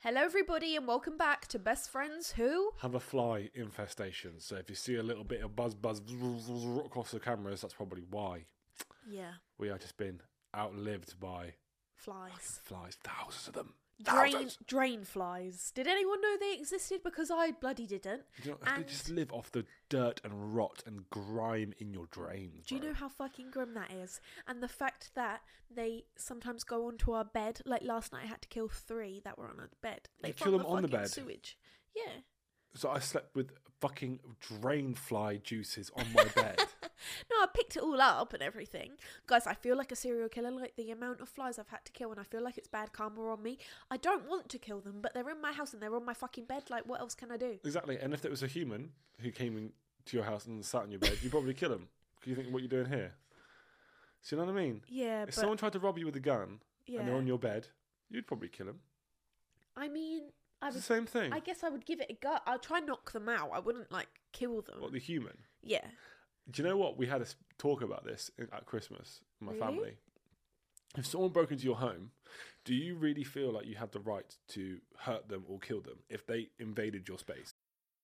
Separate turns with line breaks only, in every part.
Hello, everybody, and welcome back to Best Friends Who.
have a fly infestation. So if you see a little bit of buzz, buzz, bzz, bzz, bzz across the cameras, that's probably why
Yeah,
we have just been outlived by
flies.
flies, thousands of them.
Drain,
Thousands.
drain flies. Did anyone know they existed? Because I bloody didn't.
You know,
and
they just live off the dirt and rot and grime in your drains.
do you
bro.
know how fucking grim that is? And the fact that they sometimes go onto our bed. Like last night, I had to kill three that were on our bed. They
You
from
kill them on the
fucking
bed?
Sewage. Yeah.
So I slept with fucking drain fly juices on my bed.
No, I picked it all up and everything. Guys, I feel like a serial killer. Like the amount of flies I've had to kill, and I feel like it's bad karma on me. I don't want to kill them, but they're in my house and they're on my fucking bed. Like, what else can I do?
exactly. And if there was a human who came into your house and sat on your bed, you'd probably kill him. 'Cause you think, what you doing here? So you know what I mean?
Yeah,
if
but
someone tried to rob you with a gun and they're
yeah.
on your bed, you'd probably kill him.
I mean, I
It's
would.
the same thing.
I guess I would give it a go. I'll try and knock them out. I wouldn't like kill them.
What the human?
yeah.
Do you know what? We had a s- talk about this in- at Christmas, in my
Really?
family. If someone broke into your home, do you really feel like you have the right to hurt them or kill them if they invaded your space?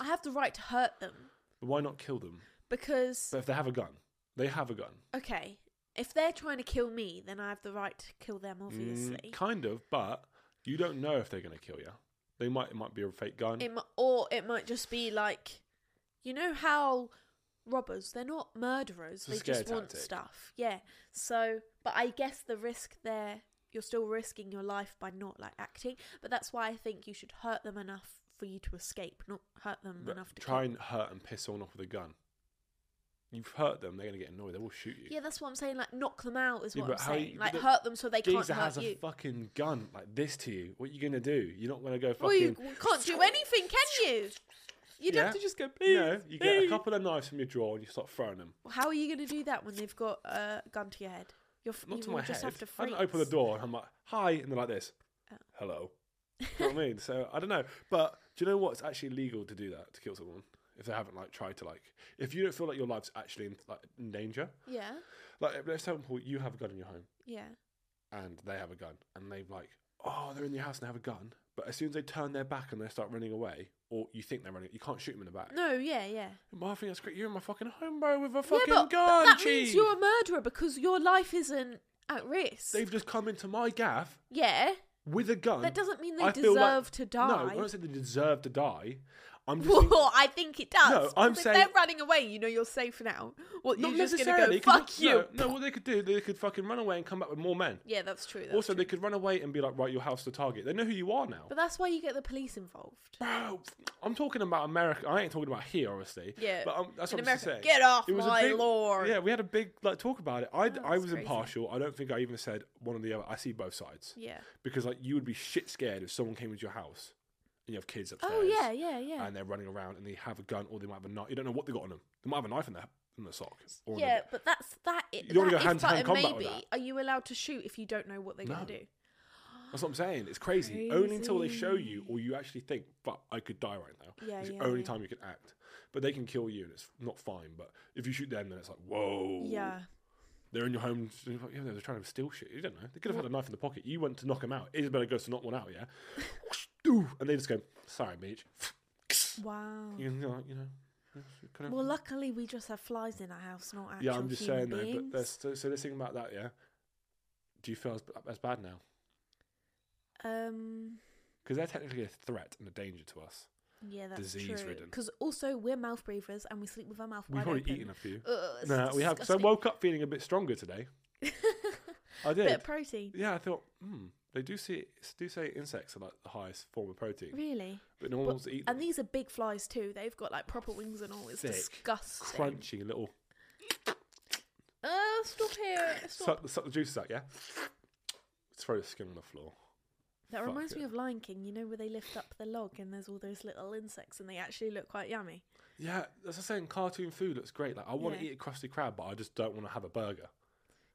I have the right to hurt them
Why not kill them?
because
But if they have a gun, they have a gun.
okay, if they're trying to kill me, then I have the right to kill them.
Mm,
Obviously.
kind of, but you don't know if they're going to kill you. They might. It might be a fake gun.
It mi- or it might just be like, you know how robbers they're not murderers.
It's a
They just
scare
want
tactic.
stuff. Yeah. So, but I guess the risk there, you're still risking your life by not like acting. But that's why I think you should hurt them enough for you to escape, not hurt them
But
enough to
try
kill
and hurt and piss someone off with a gun. You've hurt them. They're going to get annoyed. They will shoot you.
Yeah, that's what I'm saying. Like, knock them out is
Yeah,
what I'm
but how you-
saying. like,
but
hurt them so they
geezer
can't
has
hurt
a
you.
fucking gun like this to you. What are you gonna do? You're not gonna go fucking.
Well, you can't do anything, can you? You'd
Yeah.
have to just go. Please,
no, you get a
please."
couple of knives from your drawer and you start throwing them.
Well, How are you going to do that when they've got a gun to your head? You're f-
Not
you
to my
will just
head.
have to
I
freeze.
don't open the door and I'm like, "Hi," and they're like this.
Oh.
Hello. Do you know what I mean? So I don't know, but do you know what? It's actually legal to do that to kill someone if they haven't like tried to like. If you don't feel like your life's actually in, like in danger,
Yeah,
like let's say Paul, you have a gun in your home
yeah.
and they have a gun and they've like, oh, they're in your house and they have a gun. But as soon as they turn their back and they start running away, or you think they're running, you can't shoot them in the back.
No, yeah, yeah.
My thing that's great. You're in my fucking home, bro, with a fucking
yeah, but
gun.
that means
chief.
you're a murderer because your life isn't at risk.
They've just come into my gaff
Yeah,
with a gun.
That doesn't mean they
I feel like-
deserve to
No,
die.
I don't say they deserve to die. I'm just thinking-
well, I think it does.
No, I'm
because if
saying-
they're running away, you know you're safe now. What
not
you're just going
necessarily.
to go?
'cause
Fuck
no-
you.
No, what they could do, they could fucking run away and come back with more men.
Yeah, that's true. That's
also,
true.
they could run away and be like, right, your house to target. They know who you are now.
But that's why you get the police involved.
Bro, I'm talking about America. I ain't talking about here, obviously.
Yeah.
but um, that's
In
what
America,
I'm just saying.
get off
It was a
my
big-
lawn.
Yeah, we had a big like talk about it. I,
Oh,
I
that's
was
crazy.
impartial. I don't think I even said one or the other. I see both sides
Yeah.
because like you would be shit scared if someone came into your house and you have kids upstairs.
Oh yeah, yeah, yeah.
And they're running around and they have a gun or they might have a knife. You don't know what they got on them. They might have a knife in their in their sock. Or in their-
Yeah, but that's that. It,
You don't
that
wanna go
is
hand-to-hand
but a
combat with
maybe.
that.
Are you allowed to shoot if you don't know what they're going
No.
to do?
that's what I'm saying. It's crazy. Only until they show you or you actually think, "But I could die right now."
Yeah,
it's
yeah,
the only
yeah.
time you can act. But they can kill you and it's not fine. But if you shoot them, then it's like, whoa.
Yeah.
They're in your home. so you're like, Yeah, they're trying to steal shit. You don't know. They could have had a knife in the pocket. You went to knock them out. Isabella goes to knock one out, yeah? Ooh, and they just go, sorry, bitch.
Wow.
You know, you know. kind of-
Well, luckily we just have flies in our house, not actual
yeah, I'm just
human
saying
beings.
though. But there's, so, so this thing about that, yeah. Do you feel as, as bad now?
um,
Because they're technically a threat and a danger to us.
yeah, that's
Disease
true.
ridden.
Because also we're mouth breathers and we sleep with our mouth
We've
wide
already
open.
eaten a few.
Ugh, it's
no, we have. So I
disgusting.
woke up feeling a bit stronger today. I did.
Bit of protein.
yeah, I thought, hmm. They do see do say insects are like the highest form of protein,
Really.
but no one
But-
wants to eat
and
them.
these are big flies too. They've got like proper wings and all. It's
Thick,
disgusting.
crunchy little
Oh, stop here. Stop.
suck, suck the juices out, yeah? Throw the skin on the floor.
That
Fuck
reminds me
it.
of Lion King, you know, where they lift up the log and there's all those little insects and they actually look quite yummy.
Yeah, as I was saying, cartoon food looks great. Like I want to
Yeah.
eat a crusty crab, but I just don't want to have a burger.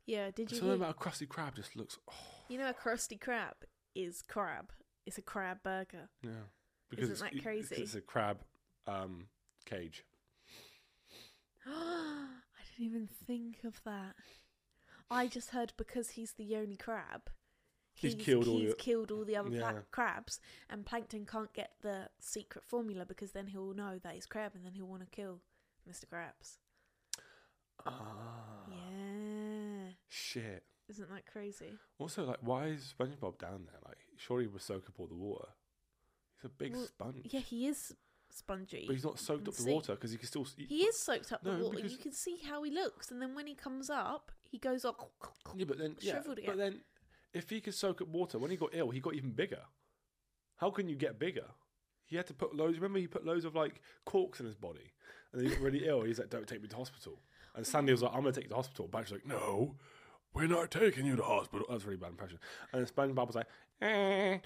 Yeah, did you
Something
eat-
about a crusty crab just looks. Oh,
You know a crusty crab is crab. It's a crab burger.
yeah,
Isn't that
it's, it- it's-
crazy?
It's a crab um, cage.
I didn't even think of that. I just heard because he's the only crab.
He's killed all
he's
the-
killed all the other pla-
Yeah.
crabs, and Plankton can't get the secret formula because then he'll know that he's crab, and then he'll want to kill Mr. Krabs.
Ah,
Yeah,
shit.
isn't that crazy?
Also, like, why is SpongeBob down there? Like, surely he would soak up all the water. He's a big
Well,
sponge.
Yeah, he is spongy.
Mm. but he's not soaked
can
up the
see.
water because he can still. s-
He is soaked up the
No,
water.
because-
You can see how he looks, and then when he comes up, he goes "Oh, like.
Yeah, but then yeah,
shriveled again.
but then if he could soak up water, when he got ill, he got even bigger. How can you get bigger? He had to put loads. Remember, he put loads of like corks in his body, and then he got really ill. He's like, "Don't take me to hospital." And Sandy was like, "I'm gonna take you to hospital." But she's like, "No, we're not taking you to hospital." That's a really bad impression. And SpongeBob was like, eh.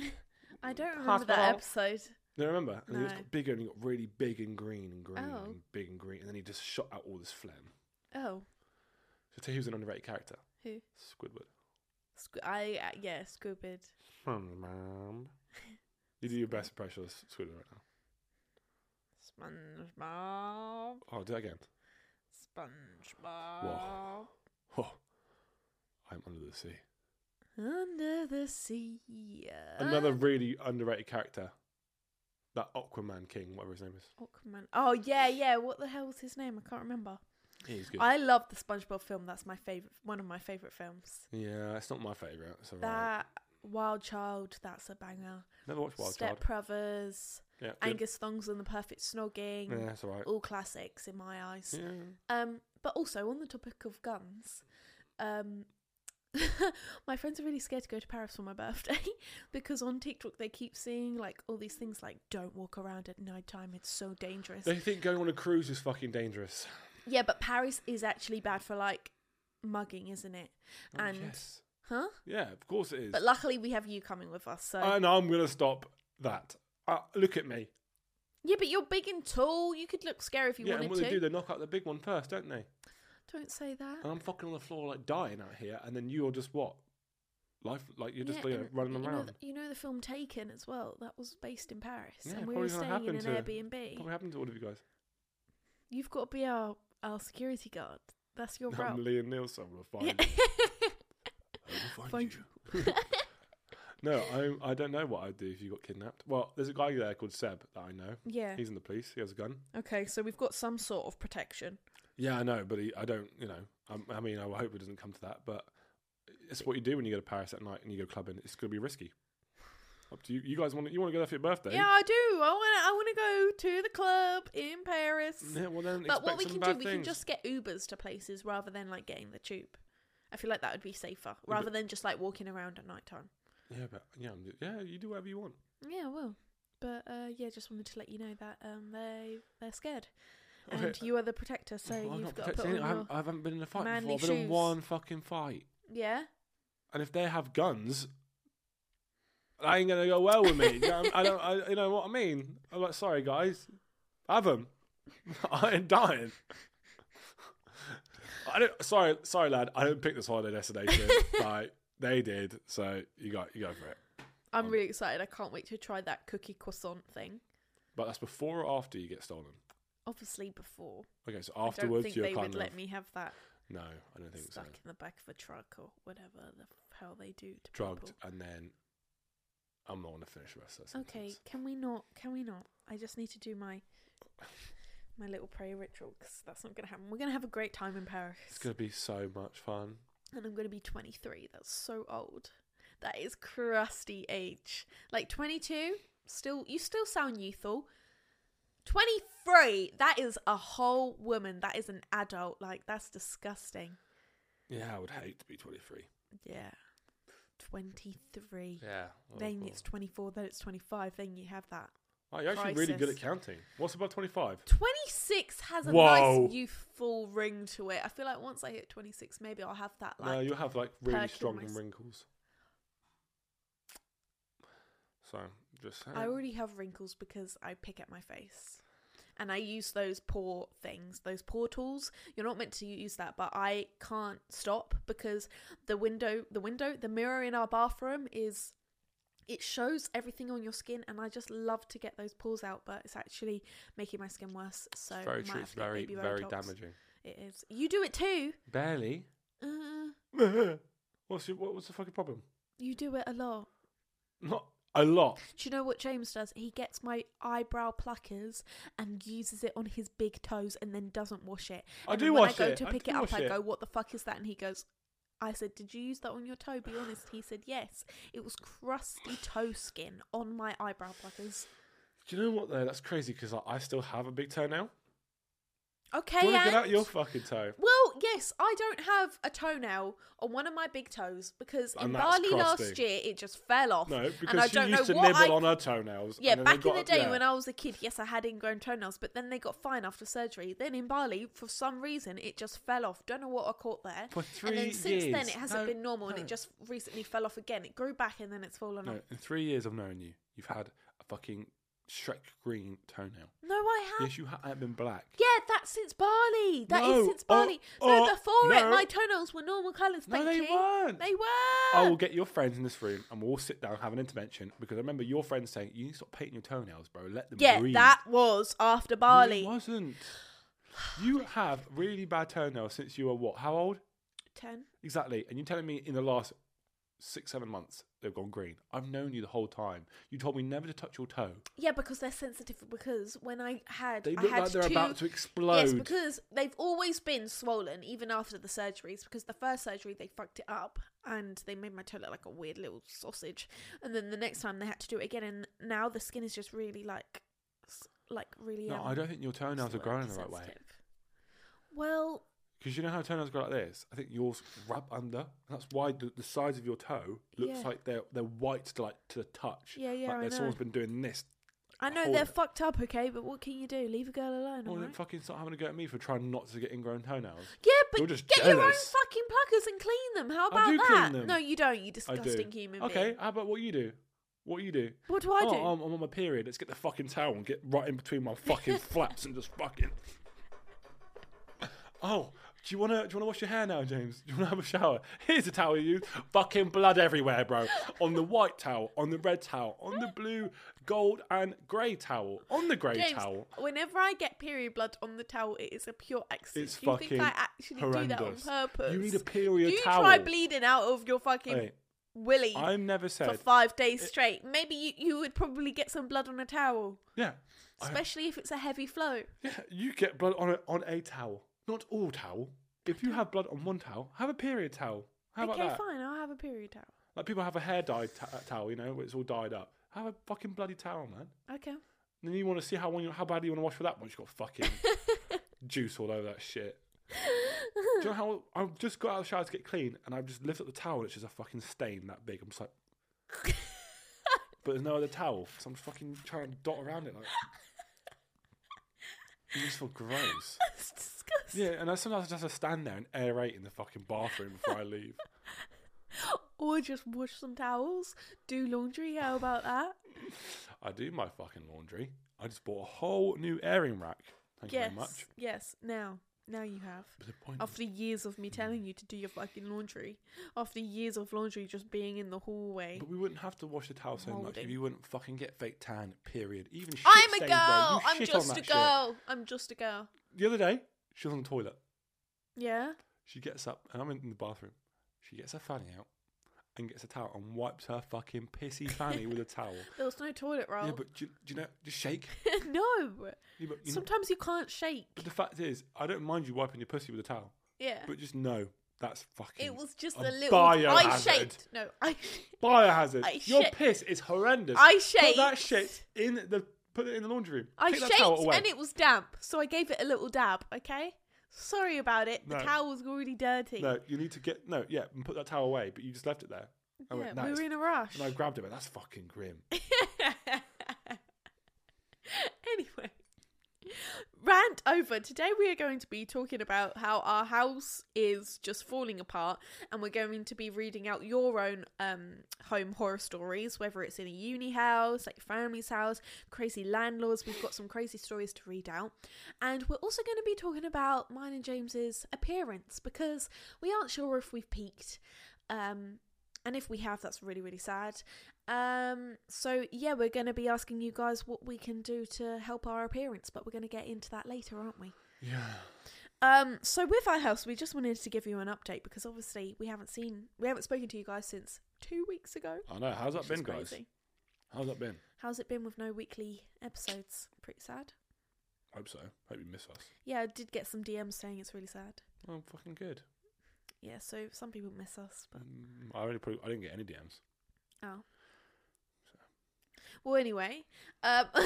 I don't remember that episode.
"No, remember?" And he just
No.
got bigger, and he got really big and green and green
Oh.
and big and green, and then he just shot out all this phlegm.
Oh,
So tell you he was an underrated character,
who?
Squidward.
Squ- I uh, yeah, Squidward.
Hmm, ma'am. You do your best impression of Squidward right now.
SpongeBob.
Oh, do that again.
SpongeBob.
Oh, I'm under the sea.
Under the sea.
Another really underrated character. That Aquaman King, whatever his name is.
Aquaman. Oh yeah, yeah. What the hell was his name? I can't remember.
He's good.
I love the SpongeBob film. That's my favorite. One of my favorite films.
yeah, it's not my favourite. It's alright.
That Wild Child. That's a banger.
Never watched Wild
Step
Child.
Brothers.
Yeah, good.
Angus Thongs and the Perfect Snogging.
Yeah, that's alright.
All classics in my eyes.
Yeah.
Um, but also on the topic of guns, um, my friends are really scared to go to Paris for my birthday because on TikTok they keep seeing like all these things like don't walk around at night time; it's so dangerous.
They think going on a cruise is fucking dangerous.
yeah, but Paris is actually bad for like mugging, isn't it?
Oh,
And
yes.
huh?
Yeah, of course it is.
But luckily we have you coming with us, so
and I'm going to stop that. Uh, look at me.
yeah. But you're big and tall; you could look scary if you
yeah, and
wanted
what
to.
they do, they knock out the big one first, don't they?
Don't say that.
and I'm fucking on the floor like dying out here, and then you're just what life like you're just
Yeah,
like,
and
running
you Know
around.
the, you know the film Taken as well. That was based in Paris,
Yeah,
and we
probably
were
gonna
staying in an
happen to-
Airbnb.
Probably happened to all of you guys.
You've got to be our, our security guard. That's your
I'm
role.
Liam Nielsen. I'm gonna find. I will
Find
find you. no, I I don't know what I'd do if you got kidnapped. Well, there's a guy there called Seb that I know.
yeah.
He's in the police. He has a gun.
Okay, so we've got some sort of protection.
Yeah, I know, but he, I don't. You know, i I mean, I hope it doesn't come to that. But it's what you do when you go to Paris at night and you go clubbing. It's gonna be risky. Up to you. You guys want you want to go there for your birthday?
Yeah, I do. I want to. I want to go to the club in Paris.
Yeah, well then,
but what
expect
we
some
can do,
bad
we can
things.
just get Ubers to places rather than like getting the tube. I feel like that would be safer rather than just like walking around at night time.
Yeah, but yeah, I'm just, yeah, you do whatever you want.
Yeah, well, but uh, yeah, just wanted to let you know that um, they they're scared,
Okay.
and you are the protector, so
Well, I'm
you've
not
got to put on
protecting it.
your
I, haven't, I haven't been in a fight
manly
before. I've been in
shoes.
one fucking fight,
yeah.
and if they have guns, that ain't gonna go well with me. You know, I don't, I, you know what I mean? I'm like, sorry guys, have them. I ain't dying. I don't. Sorry, sorry, lad. I didn't pick this holiday destination. like they did, so you got you go for it.
I'm really excited. I can't wait to try that cookie croissant thing.
But that's before or after you get stolen.
Obviously, before
Okay, so
I don't
afterwards
think
you're
they
kind
would
of
let me have that
no. I don't think
stuck
so.
in the back of a truck or whatever the hell they do to
drugged,
people.
and then I'm not going to finish the rest of that sentence.
Okay, can we not? Can we not? I just need to do my my little prayer ritual because that's not gonna happen. We're gonna have a great time in Paris,
It's going to be so much fun.
and I'm gonna be 23. That's so old. That is crusty age. Like 22, still you still sound youthful. 23. That is a whole woman. That is an adult. Like that's disgusting.
Yeah, I would hate to be 23.
Yeah. 23.
Yeah.
Then it's 24, then it's 25, then you have that.
Oh, you're actually really good at
crisis.
counting. What's above 25?
26 has a
Whoa.
nice youthful ring to it. I feel like once I hit 26, maybe I'll have that like
no, you'll have like really
perky
strong
voice.
wrinkles. So just saying.
I already have wrinkles because I pick at my face. And I use those paw things, those paw tools. You're not meant to use that, but I can't stop because the window, the window, the mirror in our bathroom is it shows everything on your skin and I just love to get those paws out, but it's actually making my skin worse. So
it's
I
very
might
true.
have
It's
to get
very
baby
very
Botox.
damaging.
It is. You do it too.
Barely.
Uh,
What's your, what was the fucking problem?
you do it a lot.
Not a lot.
Do you know what James does? He gets my eyebrow pluckers and uses it on his big toes and then doesn't wash it.
I
And
do
then when
wash
I go
it.
to
I
pick
do
it up,
wash
I
it.
go, "What the fuck is that?" And he goes, "I said, did you use that on your toe?" Be honest. He said, "Yes." It was crusty toe skin on my eyebrow pluckers.
Do you know what though? That's crazy because like, I still have a big toe now.
Okay.
Do you want to
and-
get out your fucking toe?
Well, yes, I don't have a toenail on one of my big toes because in
And that's
Bali
crusty.
last year it just fell off.
No,
and I
because she
don't
used to
know what
nibble
I
on her toenails.
Yeah,
and then they
back in
got
the
up-
day
yeah.
when I was a kid, yes, I had ingrown toenails, but then they got fine after surgery. Then in Bali, for some reason, it just fell off. Don't know what I caught there.
For
and then
three
since then,
years.
it hasn't
No,
been normal, and
no.
it just recently fell off again. It grew back, and then it's fallen
No,
off.
in three years of knowing you, you've had a fucking Shrek green toenail.
No, I have.
Yes, you ha- have been black.
Ah. Yeah, that's since Bali. That is
No,
since
oh,
Bali. no,
oh,
before it,
no.
my toenails were normal colours.
No,
Thank
they
you.
weren't.
They were.
I will get your friends in this room and we'll all sit down and have an intervention because I remember your friends saying, You need to stop painting your toenails, bro. Let them
yeah,
breathe.
that was after
No,
Bali.
It wasn't. You have really bad toenails since you were what? How old?
Ten.
Exactly. And you're telling me in the last six, seven months they've gone green. I've known you the whole time. You told me never to touch your toe.
Yeah, because they're sensitive. Because when I had,
They
I
look
had
like they're
two-
about to explode.
Yes, because they've always been swollen, even after the surgeries. Because the first surgery they fucked it up, and they made my toe look like a weird little sausage. And then the next time they had to do it again, and now the skin is just really like, s- like really.
No,
um,
I don't think your
what's
toenails
the
are growing
word?
the right way.
Sensitive. Well,
Because you know how toenails go like this? I think yours wrap under. And that's why the, the sides of your toe looks
Yeah.
like they're they're white to like to the touch.
Yeah, yeah,
Like
I
there's- someone's
know.
been doing this.
I know
Hold
they're
it.
fucked up, okay, but what can you do? Leave a girl alone.
Well,
alright?
then fucking start having a go at me for trying not to get ingrown toenails.
Yeah, but
You're just
get your own
jealous.
fucking pluckers and clean them. How
I
about
do clean
that?
them.
No, you don't. You
I do.
disgusting human
okay,
being.
how about what you do? What you do?
What do I
oh,
do?
I'm, I'm on my period. Let's get the fucking towel and get right in between my fucking flaps and just fucking. Oh, do you wanna do you wanna wash your hair now, James? Do you wanna have a shower? Here's a towel you use. Fucking blood everywhere, bro. On the white towel, on the red towel, on the blue, gold, and grey towel, on the grey
James,
towel.
whenever I get period blood on the towel, it is a pure accident.
It's
do you think I
fucking
actually do that on
horrendous. You
purpose?
need a period
You try
towel.
bleeding out of your fucking
Wait,
willy
I've never
for
said.
five days straight. Maybe you, you would probably get some blood on a towel,
yeah, I-
especially if it's a heavy flow.
yeah. You get blood on a, on a towel, not all towel. If you have blood on one towel, have a period towel. How about
okay,
that?
fine. I'll have a period towel.
Like people have a hair dye t- uh, towel, you know, where it's all dyed up. Have a fucking bloody towel, man.
Okay.
And then you want to see how long you, how badly you want to wash for that once you've got fucking juice all over that shit. Do you know how I've just got out of the shower to get clean and I've just lifted up the towel and it's just a fucking stain that big. I'm just like, but there's no other towel, so I'm fucking trying to dot around it like. You just feel gross.
That's disgusting.
Yeah, and I sometimes just have to stand there and aerate in the fucking bathroom before I leave.
Or just wash some towels, do laundry. How about that?
I do my fucking laundry. I just bought a whole new airing rack. Thank you
yes.
very much.
Yes. Now, now you have.
But the point is,
After years of me telling you to do your fucking laundry, after years of laundry just being in the hallway.
but we wouldn't have to wash the towel so much if
Molding.
you wouldn't fucking get fake tan. Period. Even shit
I'm a
stains, bro.
girl.
You
I'm
shit on
just
that
a
shit.
girl. I'm just a girl.
The other day, she was on the toilet.
Yeah.
She gets up, and I'm in the bathroom. She gets her fanny out and gets a towel and wipes her fucking pissy fanny with a towel.
There was no toilet roll.
Yeah, but do, you- do you know? Just shake.
no.
Yeah, but, you know,
Sometimes you can't shake.
but the fact is, I don't mind you wiping your pussy with a towel,
Yeah.
but just know that's fucking.
It was just
a
a, little. I
biohazard.
shaked. No, I.
Biohazard.
I
Your
shit.
piss is horrendous.
I
Put that
shaked.
shit in the put it in the laundry room.
I
Take that towel
shaked
away.
and it was damp, so I gave it a little dab. Okay. Sorry about it. The
No.
towel was already dirty.
No, you need to get no, yeah, and put that towel away, but you just left it there. I
yeah,
went, "Nah,
we
it's
were in a rush.
And I grabbed it, but that's fucking grim.
anyway, rant over. Today we are going to be talking about how our house is just falling apart, and we're going to be reading out your own um, home horror stories, whether it's in a uni house, like your family's house, crazy landlords. We've got some crazy stories to read out, and we're also going to be talking about mine and James's appearance because we aren't sure if we've peaked. Um, and if we have, that's really, really sad. Um, so yeah, we're going to be asking you guys what we can do to help our appearance, but we're going to get into that later, aren't we?
Yeah.
Um, so with our house, we just wanted to give you an update because obviously we haven't seen, we haven't spoken to you guys since two weeks ago.
I know. How's that
which is
been, guys?
crazy.
How's that been?
How's it been with no weekly episodes? Pretty sad.
Hope so. Hope you miss us.
Yeah, I did get some DMs saying it's really sad.
Oh, fucking good.
Yeah, so some people miss us, but
Mm, I only probably, I didn't get any DMs.
Oh. Well, anyway, um,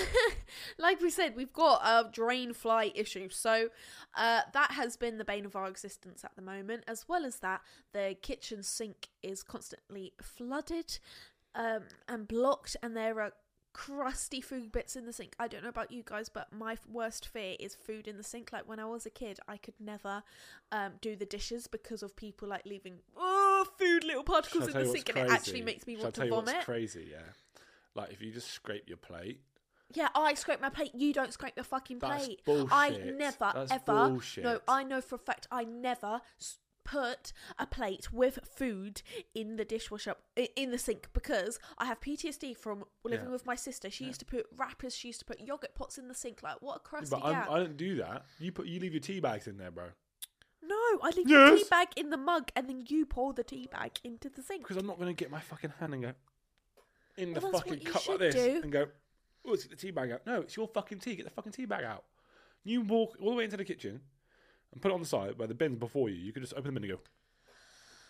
like we said, we've got a drain fly issue. So uh, that has been the bane of our existence at the moment. As well as that, the kitchen sink is constantly flooded um, and blocked, and there are crusty food bits in the sink. I don't know about you guys, but my f- worst fear is food in the sink. Like when I was a kid, I could never um, do the dishes because of people like leaving oh, food little
Shall I
particles in
tell
the
you
sink,
what's
and it actually
crazy?
makes me
Shall I
want
tell
to
you
vomit.
What's crazy, yeah. Like if you just scrape your plate,
Yeah, I scrape my plate. You don't scrape your fucking
That's
plate. I
bullshit.
never
That's
ever. No,
bullshit.
I know for a fact I never s- put a plate with food in the dishwasher i- in the sink because I have PTSD from living
Yeah.
with my sister. She used to put wrappers. She used to put yogurt pots in the sink. Like what a crusty
but I'm,
gal.
I don't do that. You put you leave your tea bags in there, bro,
no, I leave the
Yes.
tea bag in the mug and then you pour the tea bag into the sink.
because I'm not gonna get my fucking hand and go
Well,
in the
that's what
fucking
you
cup like
should
this
do.
and go. Oh, let's get the tea bag out. No, it's your fucking tea. Get the fucking tea bag out. You walk all the way into the kitchen and put it on the side where the bin's before you. You could just open the bin and go.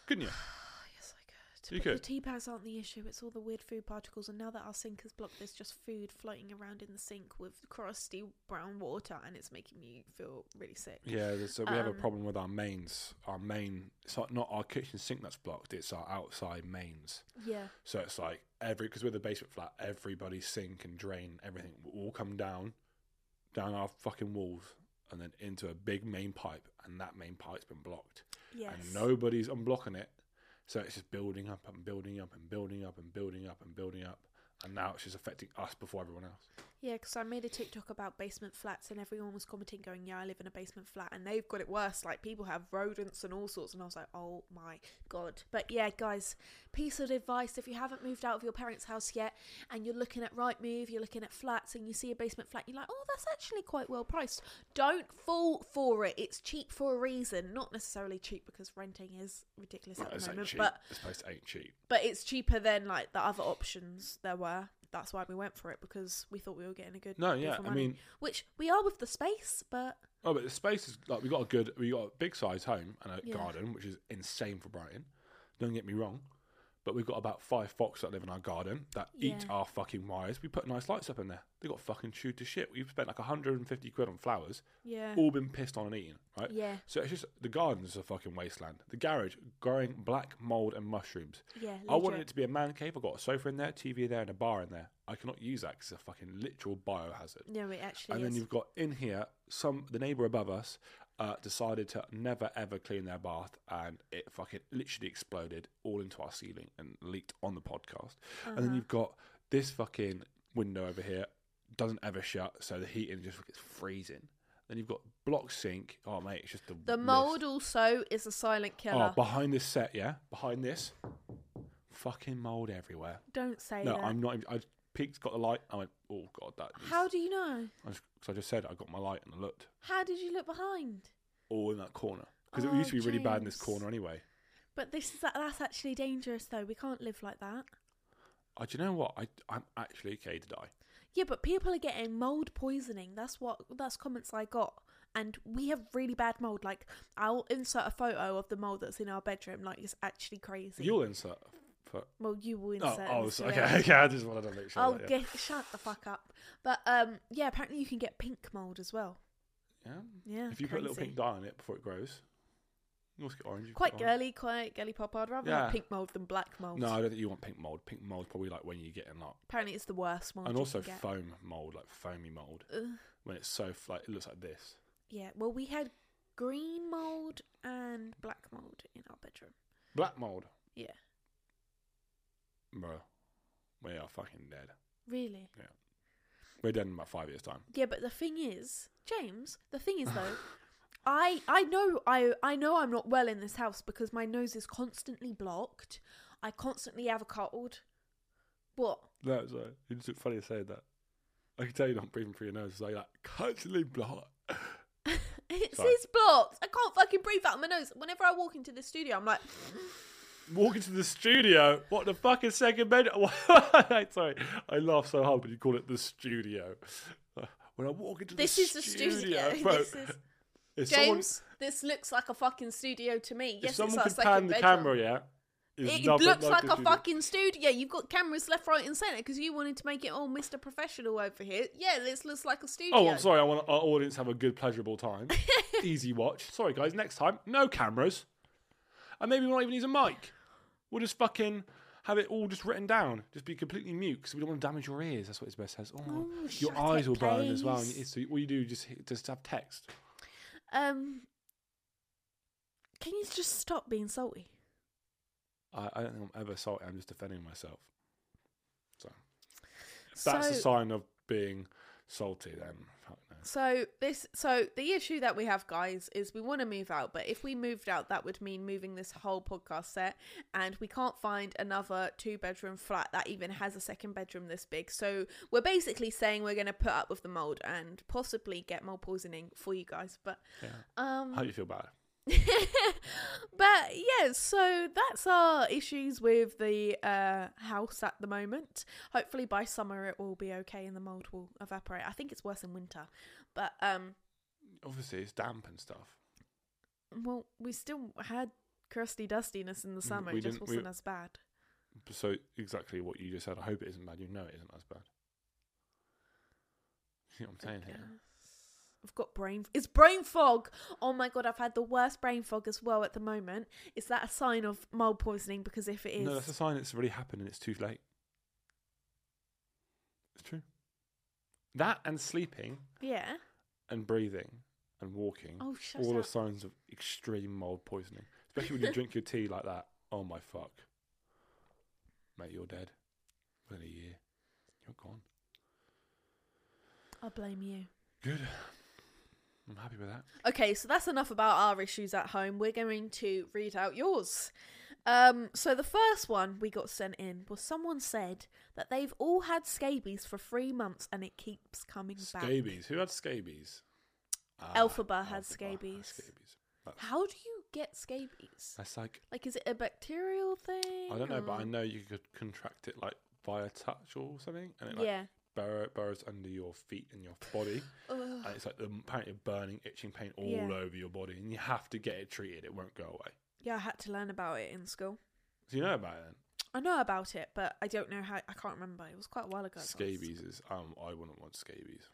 Couldn't you?
Oh, yes, I could.
You
but the
could.
tea bags aren't the issue. It's all the weird food particles. And now that our sink is blocked, there's just food floating around in the sink with crusty brown water, and it's making me feel really sick.
Yeah, there's- so we have a
Um,
problem with our mains. Our main, it's not, not our kitchen sink that's blocked. It's our outside mains.
Yeah.
So it's like every because we're the basement flat, everybody's sink and drain, everything will all come down, down our fucking walls, and then into a big main pipe, and that main pipe's been blocked,
Yes.
and nobody's unblocking it. So it's just building up and building up and building up and building up and building up, and now it's just affecting us before everyone else.
Yeah, because I made a TikTok about basement flats, and everyone was commenting, going, "Yeah, I live in a basement flat, and they've got it worse. Like people have rodents and all sorts." And I was like, "Oh my god!" But yeah, guys, piece of advice: if you haven't moved out of your parents' house yet, and you're looking at Rightmove, you're looking at flats, and you see a basement flat, you're like, "Oh, that's actually quite well priced." Don't fall for it. It's cheap for a reason, not necessarily cheap because renting is ridiculous at
This
the
ain't
moment,
cheap.
but
This place ain't cheap.
but it's cheaper than like the other options there were. That's why we went for it because we thought we were getting a good
No,
deal
yeah,
for
I
money.
mean-
which we are with the space, but
Oh, but the space is like we got a good, we got a big size home and a
Yeah.
garden, which is insane for Brighton. Don't get me wrong, but we've got about five fox that live in our garden that eat
Yeah.
our fucking wires. We put nice lights up in there. They got fucking chewed to shit. We've spent like 150 quid on flowers,
yeah,
all been pissed on and eaten, right?
Uh. yeah,
So it's just the garden's a fucking wasteland. The garage growing black mold and mushrooms.
yeah.
I wanted
legit.
it to be a man cave. I got a sofa in there, TV there, and a bar in there. I cannot use that 'cause it's a fucking literal biohazard.
No, it actually
And
is.
then you've got in here some the neighbour above us uh, decided to never ever clean their bath, and it fucking literally exploded all into our ceiling and leaked on the podcast. And
Uh-huh.
then you've got this fucking window over here doesn't ever shut, so the heating just gets freezing. Then you've got block sink. Oh mate, it's just the
the
worst.
mold also is a silent killer.
Oh, behind this set, yeah, behind this, fucking mold everywhere.
Don't say
No,
that.
I'm not. Even, I peeked, got the light. I went, oh god, that. needs-
How do you know?
I just, cause I just said I got my light and I looked
How did you look behind?
all in that corner because
Oh,
it used to be really bad in this
James.
corner anyway.
But this is that's actually dangerous though. We can't live like that.
I Oh, do you know what? I I'm actually okay to die.
Yeah, but people are getting mold poisoning. That's what that's comments I got. And we have really bad mold. Like I'll insert a photo of the mold that's in our bedroom. Like it's actually crazy.
You'll insert. For,
well, you will
oh,
insert.
oh,
Mr.
sorry.
Ed.
okay, yeah. I just wanted to make sure.
I'll
that, yeah.
get shut the fuck up. But um, yeah. Apparently, you can get pink mold as well.
Yeah.
Yeah,
If you put a little
crazy.
pink dye on it before it grows, you also get orange. you
Quite
get orange.
girly, quite girly pop. I'd rather
Yeah.
have pink mold than black mold.
No, I don't think you want pink mold. Pink mold's probably like when you get in like,
Apparently, it's the worst mold.
and
you
also
can get.
foam mold, like foamy mold,
Ugh.
when it's so f- like it looks like this.
Yeah, well, we had green mold and black mold in our bedroom.
Black mold.
Yeah,
Bro. We are fucking dead.
really.
We're dead in about five years' time.
Yeah, but the thing is, James. The thing is though, I I know I I know I'm not well in this house because my nose is constantly blocked. I constantly have a cold. What?
No, sorry. uh, It's just funny you saying that. I can tell you're not breathing through your nose. It's like, like constantly block.
It's
Sorry.
his blocked. I can't fucking breathe out my nose. Whenever I walk into the studio, I'm like,
Walk into the studio. What the fuck is second bed? sorry. I laugh so hard when you call it the studio. When I walk into
this
the
is the
studio,
studio.
bro,
This is
if someone-
James. This looks like a fucking studio to me.
if
Yes, it's
someone
our
could
second
pan the
bedroom.
camera, yeah, it's
It
nothing
looks like
the
a
studio.
fucking studio. You've got cameras left, right, and centre because you wanted to make it all Mr. Professional over here. Yeah, this looks like a studio.
Oh, I'm sorry. I want our audience to have a good, pleasurable time. Easy watch. Sorry, guys. Next time, no cameras, and maybe we won't even use a mic. We'll just fucking have it all just written down. Just be completely mute because we don't want to damage your ears. That's what his best says. Oh, your
shut
eyes
it,
will burn as well. And
please.
it's- so all you do is just hit- just have text.
Um, can you just stop being salty?
I, I don't think I'm ever salty. I'm just defending myself. So that's
so,
a sign of being salty. Then fuck no.
so this, so the issue that we have, guys, is we want to move out, but if we moved out, that would mean moving this whole podcast set, and we can't find another two-bedroom flat that even has a second bedroom this big. So we're basically saying we're going to put up with the mold and possibly get mold poisoning for you guys, but um.
I hope you feel bad.
but yeah, so that's our issues with the uh, house at the moment. Hopefully by summer it will be okay and the mold will evaporate. I think it's worse in winter, but um,
Obviously, it's damp and stuff.
well, we still had crusty dustiness in the summer.
Mm, we
it just
didn't- we-
wasn't as bad.
So exactly what you just said. I hope it isn't bad. You know it isn't as bad. You know what I'm saying here?
I've got brain. It's brain fog. Oh my god, I've had the worst brain fog as well at the moment. Is that a sign of mold poisoning? Because if it is,
No, that's a sign it's already happened and it's too late. It's true. That and sleeping
yeah.
and breathing and walking,
Oh, shut
all are
up.
signs of extreme mold poisoning. Especially when you drink your tea like that. Oh my fuck. Mate, you're dead. Within a year. You're gone.
I blame you.
Good. I'm happy with that.
Okay, so that's enough about our issues at home. We're going to read out yours. Um, so the first one we got sent in was someone said that they've all had scabies for three months and it keeps coming back.
Scabies. Who had scabies? Ah,
Elphaba had
Elphaba
scabies.
scabies. That's,
How do you get scabies?
that's like
Like, is it a bacterial thing?
I don't know, but I
or-
know you could contract it like via touch or something, and it like
yeah.
burrow, burrows under your feet and your body,
Ugh.
and it's like the, apparently a burning, itching pain all
Yeah.
over your body, and you have to get it treated. It won't go away.
Yeah, I had to learn about it in school.
So you know
Mm.
about it. Then.
I know about it, but I don't know how. I can't remember. It was quite a while ago. so it's-
Scabies is um, I wouldn't want scabies.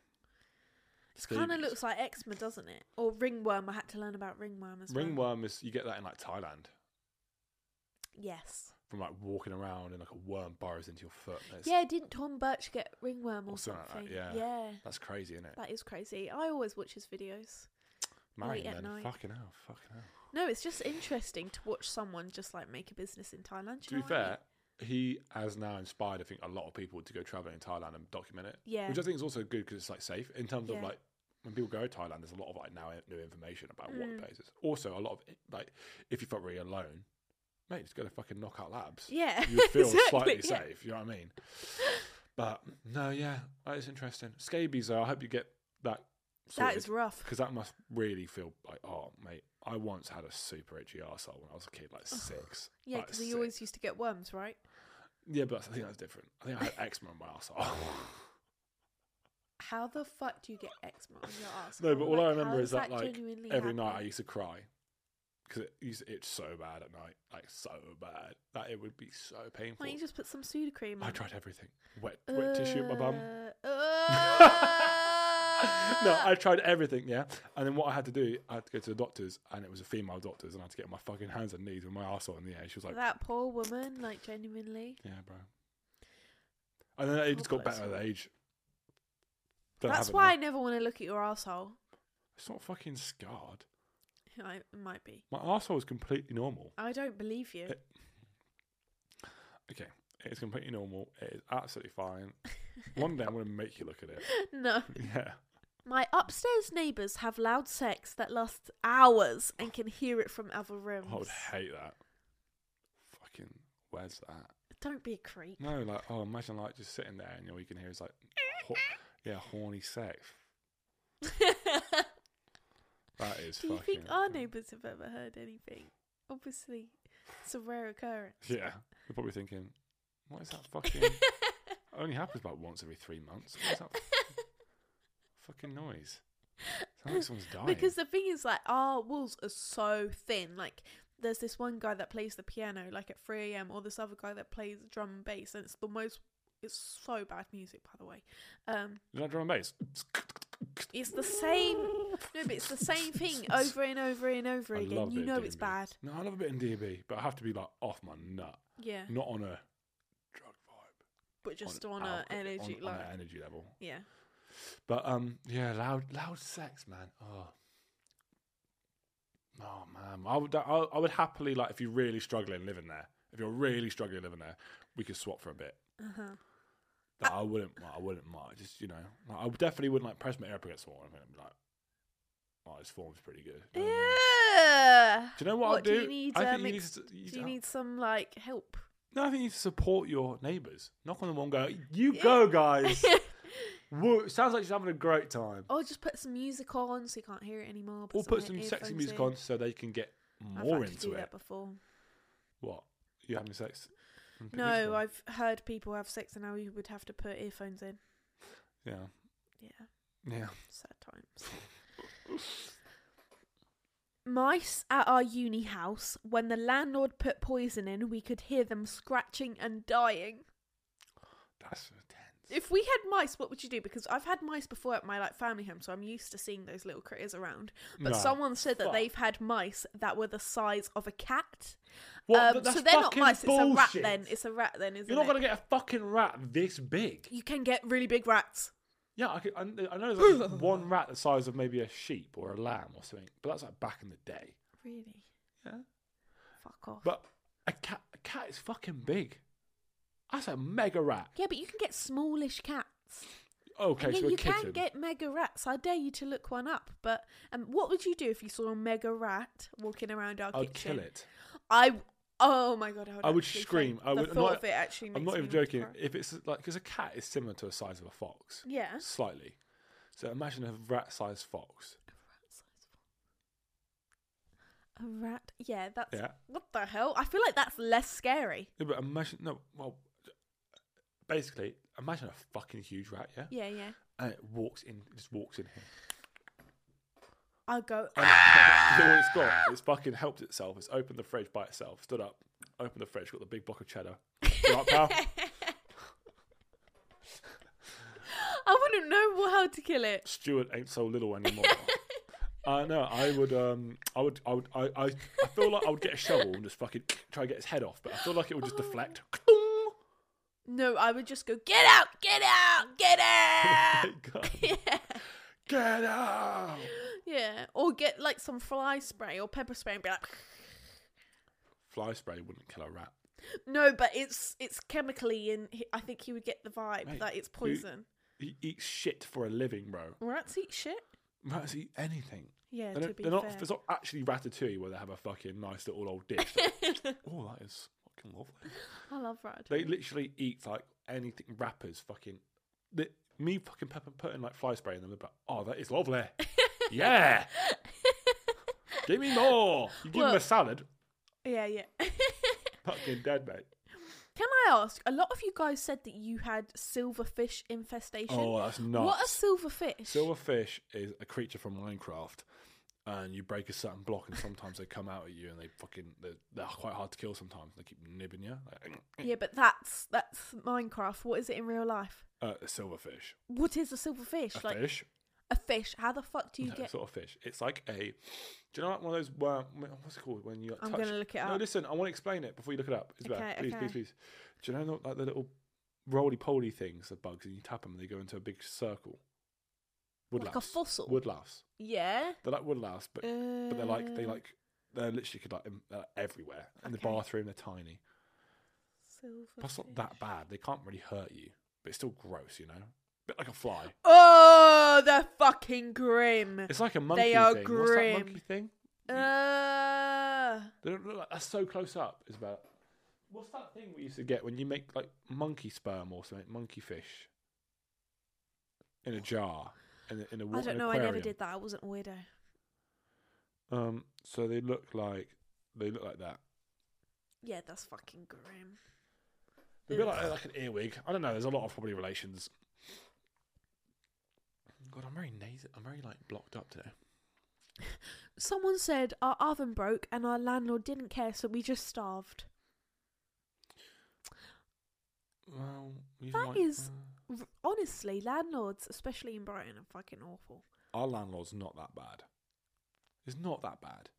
It kind of
Scabies.
looks like eczema, doesn't it? Or ringworm. I had to learn about ringworm as well.
Ringworm is you get that in like Thailand
Yes.
from like walking around and like a worm burrows into your foot. and it's-
Yeah, didn't Tom Birch get ringworm or,
Or something
something?
like that, yeah.
yeah,
that's crazy, isn't it?
that is crazy. I always watch his videos.
Marrying
at
then,
night.
fucking hell, fucking hell.
No, it's just interesting to watch someone just like make a business in Thailand.
To
you
be
know what I mean?
fair, he has now inspired, I think, a lot of people to go traveling in Thailand and document it.
Yeah.
Which I think is also good because it's like safe in terms
Yeah.
of like when people go to Thailand, there's a lot of like now new information about
Mm.
what places. Also, a lot of like if you felt really alone, mate, just go to fucking knockout labs.
yeah,
You would feel slightly
exactly, yeah.
safe. You know what I mean? But no, yeah, that is interesting. Scabies, though, I hope you get that.
That is rough.
Because that must really feel like, oh, mate, I once had a super itchy arsehole when I was a kid, like six.
Yeah,
like
because
six.
he always used to get worms, right?
Yeah, but I think that's different. I think I had eczema on my arsehole.
How the fuck do you get eczema on your Oh ass?
no, but all I
Like, how
remember is
does
that, like
genuinely
every night I
happen?
used to cry because it used to itch so bad at night, like so bad that it would be so painful.
Why don't you just put some pseudocream?
I
on?
tried everything: wet, wet tissue at my bum.
Uh,
No, I tried everything, yeah. And then what I had to do, I had to go to the doctors, and it was a female doctor's, and I had to get on my fucking hands and knees with my arsehole in the air. She was like,
that poor woman, like genuinely.
"Yeah, bro." And then it just got
bless
better with
her.
age. Don't have
That's
it
why
now.
I never want to look at your asshole.
It's not fucking scarred.
I, it might be.
My arsehole is completely normal.
I don't believe you.
It- Okay, it's completely normal. It is absolutely fine. One day I'm going to make you look at it.
no.
Yeah.
My upstairs neighbours have loud sex that lasts hours and can hear it from other rooms.
I would hate that. Fucking, where's that?
Don't be a creep.
No, like, oh, imagine like just sitting there and all you can hear is like, ho- yeah, horny sex. That is.
Do you
fucking,
think our neighbours have ever heard anything? Obviously, it's a rare occurrence.
Yeah, you're probably thinking, what is that fucking? only happens about once every three months. What is that f- fucking noise? Sounds like someone's dying.
Because the thing is, like, our walls are so thin. Like, there's this one guy that plays the piano, like, at 3 a.m., or this other guy that plays drum and bass, and it's the most. It's so bad music, by the way. Um,
Is that drum and bass?
it's the same. No, but it's the same thing over and over and over
I
again.
love
You
it,
know it's
DB.
bad.
No, I love a bit in DB, but I have to be like off my nut,
Yeah,
not on a drug vibe,
but just
Mm, on,
on, a
alco-
energy,
on,
like,
on an energy level.
yeah.
But um, yeah, loud, loud sex, man. Oh, oh man, I would, I, I would happily like if you're really struggling living there. If you're really struggling living there, we could swap for a bit.
Uh-huh.
That I wouldn't, I wouldn't mind. Just you know, like, I definitely wouldn't like press my ear up against someone. I mean, I'm like, oh, his form's pretty good. You know what I mean?
Yeah.
Do you know what,
What
I'll
do
do?
you need,
I
uh,
think you need,
mix-
to, you
Do you
I-
need some like help?
No, I think you need to support your neighbours. Knock on the wall and go, you go, guys. Woo, sounds like she's having a great time.
Or just put some music on so you can't hear it anymore.
Or put some
he-
sexy
headphones
music
in.
on so they can get
I've
more
had to do
into it.
that before.
What? You having sex? and put music
No,
on?
I've heard people have sex and now you would have to put earphones in.
Yeah.
Yeah,
Yeah.
sad times. Mice at our uni house. When the landlord put poison in, we could hear them scratching and dying.
That's intense.
If we had mice, what would you do? Because I've had mice before at my like family home, so I'm used to seeing those little critters around. But
No.
someone said that
Fuck.
they've had mice that were the size of a cat.
What?
Um,
Th- that's
so they're not
fucking
mice. It's a rat
bullshit.
then. It's a rat then, isn't
You're not
it?
going to get a fucking rat this big.
You can get really big rats.
Yeah, I, could, I, I know there's like one rat the size of maybe a sheep or a lamb or something, but that's like back in the day.
Really?
Yeah.
Fuck off.
But a cat, a cat is fucking big. That's a mega rat.
yeah, but you can get smallish cats.
Okay,
yeah,
so a
you
kitten.
can get mega rats. I dare you to look one up. But um, what would you do if you saw a mega rat walking around our
I'd
kitchen?
kill it.
I. Oh my god, I would,
I would
actually
scream.
faint.
I
the
would.
Thought
not,
of it actually. Makes
I'm not
me
even
want to
joking.
cry.
If it's like because a cat is similar to the size of a fox,
Yeah.
slightly. So imagine a rat-sized fox.
A rat. Yeah, that's.
Yeah.
What the hell? I feel like that's less scary.
Yeah, but imagine no. Well, basically, imagine a fucking huge rat. Yeah.
Yeah, yeah.
And it walks in. Just walks in here.
I'll go.
And it, you know what it's got? It's fucking helped itself. It's opened the fridge by itself. Stood up. Opened the fridge. Got the big block of cheddar. You all right, pal?
I wouldn't know how to kill it.
Stuart ain't so little anymore. Uh, no, I would, um, I would, I would, I, I, I feel like I would get a shovel and just fucking try and get his head off, but I feel like it would just deflect.
No, I would just go, get out, get out, get out. yeah.
um, Get out!
yeah. Or get like some fly spray or pepper spray and be like,
Fly spray wouldn't kill a rat.
no, but it's it's chemically and he- I think he would get the vibe
Mate,
that it's
you-
poison.
He eats shit for a living, bro.
Rats eat shit.
Rats eat anything.
Yeah,
They
to
don't-
be
they're not.
fair.
It's not actually ratatouille where they have a fucking nice little old dish. Like, oh, that is fucking lovely.
I love rat.
They literally eat like anything. Rappers fucking. The, me fucking pepper putting like fly spray in them. But oh, that is lovely. yeah. give me more. You give them
Well-
a salad.
Yeah, yeah.
Fucking dead, mate.
Can I ask? A lot of you guys said that you had silverfish infestation.
Oh, that's nuts.
What are silverfish?
Silverfish is a creature from Minecraft, and you break a certain block, and sometimes they come out at you, and they fucking they're, they're quite hard to kill. Sometimes they keep nibbing you. Like,
yeah, but that's that's Minecraft. What is it in real life?
uh, a silverfish,
What is a silverfish?
a
like
fish,
a fish. How the fuck do you
no,
get?
sort of fish. It's like a, do you know like one of those worm? What's it called when you? Like,
I'm
touch-
gonna look it
No,
up.
listen, I want to explain it before you look it up. Isabel.
Um, Okay,
please,
okay.
please, please. Do you know like the little roly poly things, the bugs, and you tap them, and they go into a big circle. Wood
like
louse.
a fossil.
Wood louse.
yeah.
They're like wood louse, but but they're like they
Uh,
like they're literally could like em- they're everywhere in the
Okay.
bathroom. They're tiny.
silver
Plus, not
fish.
that bad. They can't really hurt you, but it's still gross, you know. bit like a fly.
Oh, they're fucking grim.
It's like a monkey
are
thing. What's that
grim.
monkey thing?
Uh,
They don't look like that's so close up. Is about what's that thing we used to get when you make like monkey sperm or something, monkey fish in a jar in a, in a wa-
I
an
don't know. I never
aquarium.
did that. I wasn't a weirdo.
Um, so they look like they look like that.
Yeah, that's fucking grim.
They look
Ugh.
like, like an earwig. I don't know. There's a lot of probably relations. God, I'm very nasal. I'm very like blocked up today.
Someone said our oven broke and our landlord didn't care, so we just starved.
Well, you
That
might-
is-
uh,
R- Honestly, landlords, especially in Brighton, are fucking awful.
uh, our landlord's not that bad. It's not that bad.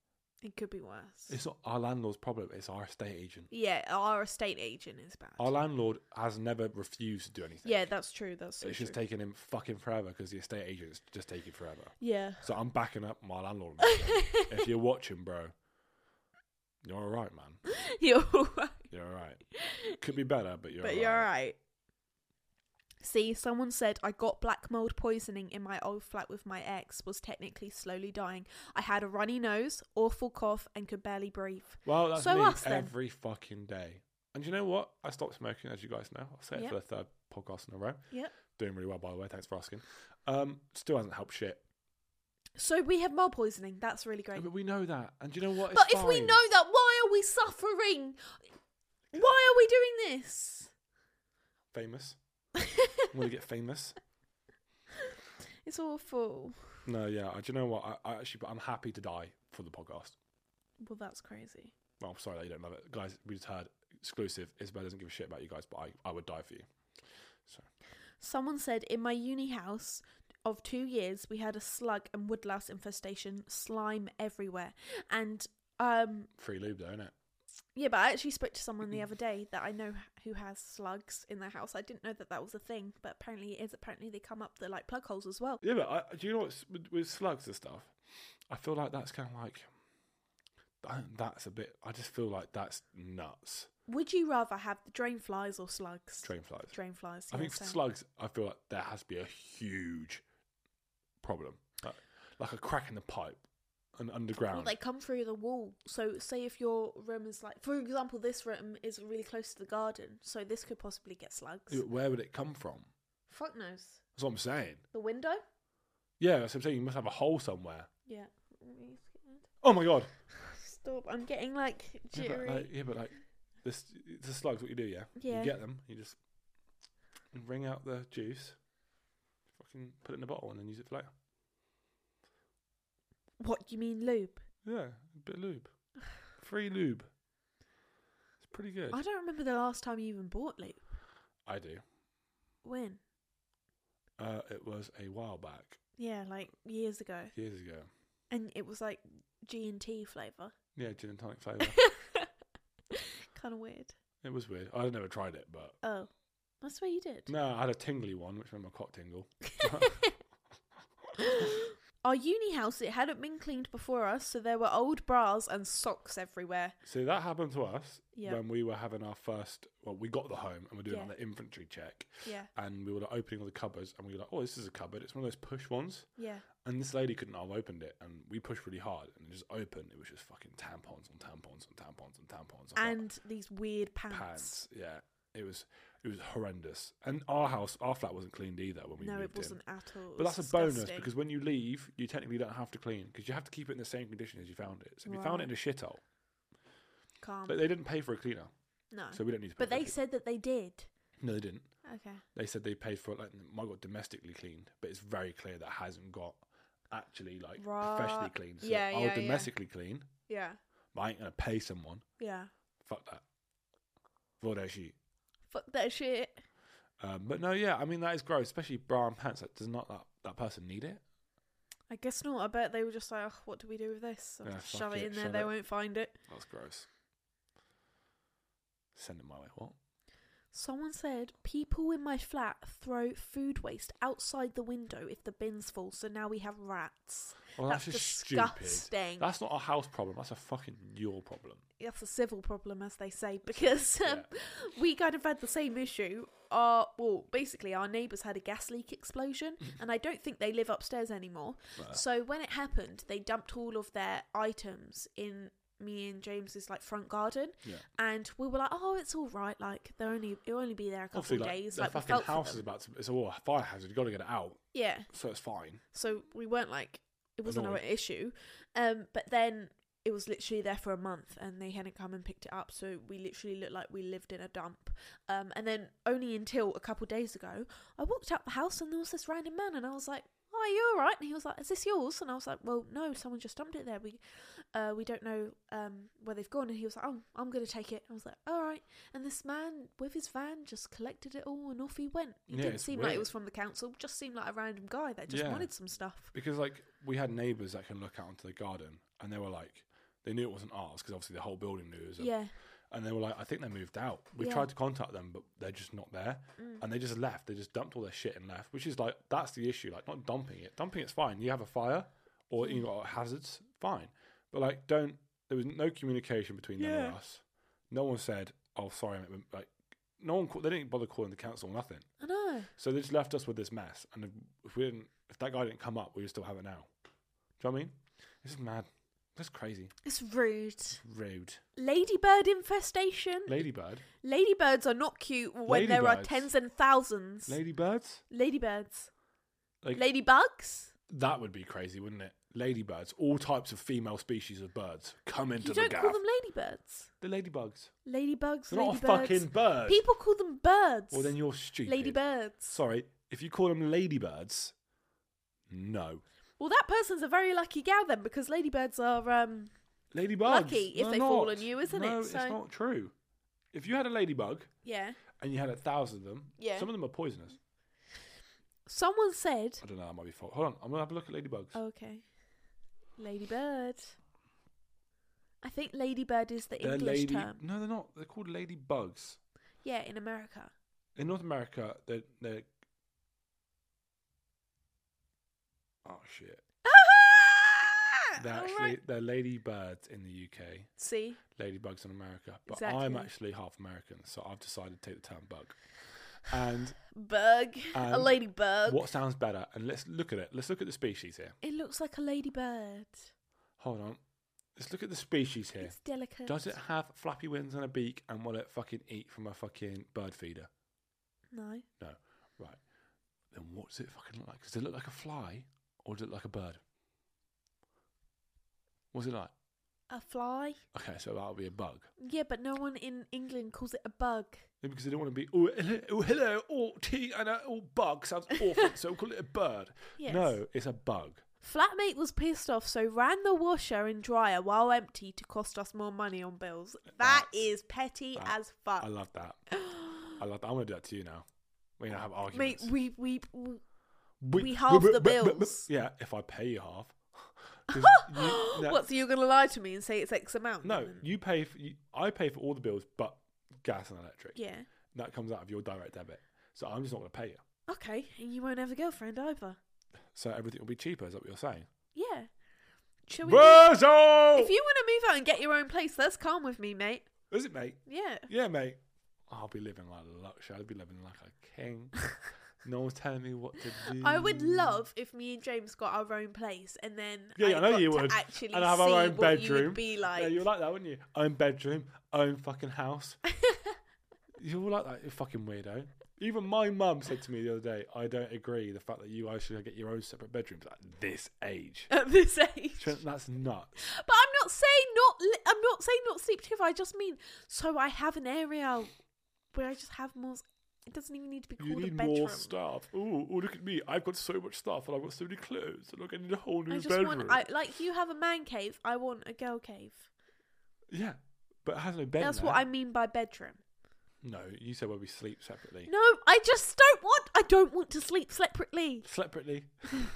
It could be worse.
It's not our landlord's problem. It's our estate agent.
yeah, our estate agent is bad.
Our landlord has never refused to do anything.
yeah, that's true. That's so
it's just
true.
taken him fucking forever because the estate agent's just taking forever.
yeah.
So I'm backing up my landlord. on this one. if you're watching, bro, you're all right, man.
You're right.
You're all right. Could be better, but you're
but
all
you're
right.
alright. See, someone said I got black mold poisoning in my old flat with my ex. Was technically slowly dying. I had a runny nose, awful cough, and could barely breathe.
Well, that's
So
me
us then.
every fucking day. And you know what? I stopped smoking, as you guys know. I'll say it
Yeah.
for the third podcast in a row.
Yep.
Doing really well, by the way. Thanks for asking. Um, still hasn't helped shit.
So we have mold poisoning. That's really great.
But we know that. And do you know what? It's
But if we
fine.
know that, why are we suffering? Why are we doing this?
Famous. I'm going to get famous.
It's awful.
No, yeah. I- Do you know what? I, I actually, but I'm happy to die for the podcast.
Well, that's crazy.
Well, I'm sorry that you don't love it, guys. We just heard exclusive. Isabel doesn't give a shit about you guys, but I, I would die for you.
Someone said in my uni house of two years we had a slug and woodlouse infestation, slime everywhere, and um
Free lube, though, innit?
yeah. But I actually spoke to someone the other day that I know who has slugs in their house. I didn't know that that was a thing, but apparently it is. Apparently they come up the like plug holes as well.
Yeah, but I, do you know what's with, with slugs and stuff? I feel like that's kind of like I, that's a bit. I just feel like that's nuts.
Would you rather have the drain flies or slugs?
Train flies.
Drain flies.
I
yeah,
think
same.
slugs. I feel like there has to be a huge problem, like, like a crack in the pipe, an
Well,
underground.
they come through the wall. So, say if your room is like, for example, this room is really close to the garden, so this could possibly get slugs.
Yeah, but Where would it come from?
Fuck knows.
That's what I'm saying.
The window?
Yeah, that's what I'm saying. You must have a hole somewhere.
Yeah.
Oh my god.
Stop. I'm getting like
Yeah,
jittery.
but like, yeah, but like this, the slugs. What you do, yeah?
Yeah.
You get them. You just wring out the juice. Fucking put it in a bottle and then use it for later.
What you mean lube?
Yeah, a bit of lube. Free lube. It's pretty good.
I don't remember the last time you even bought lube.
I do.
When?
Uh, it was a while back,
Yeah, like years ago,
years ago.
and it was like G and T flavour.
Yeah, gin and tonic flavour.
kind of weird.
it was weird. I'd never tried it, but
Oh, that's what you did.
no, I had a tingly one, which made my cock tingle.
Our uni house, it hadn't been cleaned before us, so there were old bras and socks everywhere.
See, that happened to us
Yeah.
when we were having our first. Well, we got the home and we're doing
Yeah.
like, the infantry check.
Yeah,
and we were like, opening all the cupboards, and we were like, "Oh, this is a cupboard. It's one of those push ones."
yeah.
And this lady couldn't have opened it, and we pushed really hard, and it just opened. It was just fucking tampons and tampons and tampons and tampons I
And these weird
thought,
pants.
pants. Yeah, it was it was horrendous. And our house, our flat wasn't cleaned either when we
no,
moved
it wasn't
in.
at all.
But that's a bonus because
disgusting.
when you leave, you technically don't have to clean because you have to keep it in the same condition as you found it. So if you found it in a shithole,
Calm.
like, they didn't pay for a cleaner,
no.
so we don't need to. Pay
but
for a
they
cleaner.
said that they did.
no, they didn't.
Okay.
they said they paid for it like mine got domestically cleaned but it's very clear that it hasn't got actually like professionally
Right.
cleaned so
Yeah,
i'll
yeah, yeah.
domestically clean
Yeah.
but i ain't gonna pay someone
Yeah.
fuck that for their shit
Fuck that shit.
um, but no yeah i mean that is gross especially bra and pants like does not that, that person need it
I guess not. I bet they were just like, oh, what do we do with this? I'll
Yeah,
just
fuck
shove it
it,
in there.
shove
They
it.
won't find it.
that's gross send it my way what
Someone said people in my flat throw food waste outside the window if the bin's full, so now we have rats.
Well, that's,
that's,
just
disgusting.
stupid. That's not a house problem. That's a fucking your problem.
that's a civil problem, as they say, because um, we kind of had the same issue. Our well, basically, our neighbours had a gas leak explosion, and I don't think they live upstairs anymore. So when it happened, they dumped all of their items in me and James's like front garden,
Yeah.
and we were like, "Oh, it's all right. Like they only it'll only be there a couple
Obviously,
of
like,
days.
the
Like we
fucking
felt for
house is
them.
about to. It's a war- fire hazard. You got to get it out,
yeah."
so it's fine.
So we weren't like it wasn't our
Annoyed.
issue. Um, but then it was literally there for a month and they hadn't come and picked it up, so we literally looked like we lived in a dump. Um, and then only until a couple days ago, I walked out the house and there was this random man and I was like, "Oh, are you all right?" And he was like, "Is this yours?" And I was like, "Well, no, someone just dumped it there. We, uh, we don't know um where they've gone." And he was like, "Oh, I'm gonna take it." I was like, "All right." And this man with his van just collected it all and off he went. It
Yeah,
didn't
it's
seem like it
weird.
was from the council. Just seemed like a random guy that just
Yeah.
wanted some stuff.
Because like we had neighbours that can look out into the garden, and they were like, they knew it wasn't ours because obviously the whole building knew it was. a-
Yeah.
And they were like, I think they moved out. We
Yeah. Mm.
tried to contact them, but they're just not there. And they just left. They just dumped all their shit and left, which is like that's the issue. Like not dumping it. Dumping it's fine. You have a fire or
Mm.
you got hazards, fine. But like, don't. There was no communication between them and
Yeah.
us. No one said, "Oh, sorry." mate," Like, no one. Called, they didn't bother calling the council. Nothing.
I know.
So they just left us with this mess. And if, if we didn't, if that guy didn't come up, we would still have it now. Do you know what I mean? This is mad. That's crazy.
It's rude.
Rude.
Ladybird infestation.
Ladybird.
Ladybirds are not cute when there are
Ladybirds.
tens and thousands.
Ladybirds.
Ladybirds.
Like
Ladybugs?
that would be crazy, wouldn't it? Ladybirds. All types of female species of birds come into
You
the
don't call
gaff.
them ladybirds.
The ladybugs.
Ladybugs,
They're not
ladybirds.
a fucking bird.
People call them birds.
Well, then you're stupid.
ladybirds.
Sorry, if you call them ladybirds, no.
Well, that person's a very lucky gal then, because ladybirds are um.
Ladybugs.
Lucky if
they're
they fall
not.
on you, isn't it?
No, it's
So-
not true. If you had a ladybug,
Yeah.
and you had a thousand of them,
Yeah.
some of them are poisonous.
Someone said. oh,
I don't know, that might be false. Hold on, I'm gonna have a look at ladybugs.
Okay. Ladybird. I think ladybird is the
they're
English
lady.
term.
No, they're not. They're called ladybugs.
Yeah, in America.
In North America, they're they're. Oh shit! They're
Uh, All
actually
right.
they're ladybirds in the UK,
See,
ladybugs in America. But I'm
Exactly.
actually half American, so I've decided to take the term bug. And
bug, a
And
ladybug.
Um, what sounds better? And let's look at it. Let's look at the species here.
It looks like a ladybird.
Hold on. Let's look at the species here.
It's delicate.
Does it have flappy wings and a beak and will it fucking eat from a fucking bird feeder?
No.
No. Right. Then what does it fucking look like? Does it look like a fly or does it look like a bird? What's it like?
A fly?
Okay, so that'll be a bug.
Yeah, but no one in England calls it a bug.
Maybe because they don't want to be, oh, hello, oh, hello, oh, tea and a oh, bug sounds awful, so we'll call it a bird.
Yes.
No, it's a bug.
Flatmate was pissed off, so ran the washer and dryer while empty to cost us more money on bills. That's,
That's-
petty
that-
as fuck.
I love that. I love that. I'm going to do that to you now. We're going to have
Mate,
arguments.
we we, we we halve the bills.
Yeah, if I pay you half. 'Cause you- no,
what? So you're gonna lie to me and say it's X amount?
No,
then?
you pay. For, you, I pay for all the bills, but gas and electric.
Yeah.
That comes out of your direct debit. So I'm just not going to pay you.
Okay, and you won't have a girlfriend either.
So everything will be cheaper. Is that what you're saying?
Yeah. Shall we?
Virgil!
If you want to move out and get your own place, that's calm with me, mate.
Is it, mate?
Yeah.
Yeah, mate. I'll be living like luxury. I'll be living like a king. no one's telling me what to do.
I would love if me and James got our own place, and then
Mm. Yeah, I know
got
you
to
would.
actually
and have
see
our own
what
bedroom.
you would be like.
Yeah, you're like that, wouldn't you? Own bedroom, own fucking house. you're all like that. You fucking weirdo. Even my mum said to me the other day, "I don't agree the fact that you guys should get your own separate bedrooms at this age.
at this age.
Trent, that's nuts."
But I'm not saying not. Li- I'm not saying not sleep together. I just mean so I have an area where I just have more. s- It doesn't even need to be called
You
a
need
bedroom.
more stuff. Ooh, ooh, look at me. I've got so much stuff and I've got so many clothes. And look, I need a whole new
I just
bedroom.
want. I like you have a man cave. I want a girl cave.
Yeah, but it has no bed. in
That's
there.
what I mean by bedroom.
No, you said where we sleep separately.
No, I just don't want. I don't want to sleep separately.
Separately.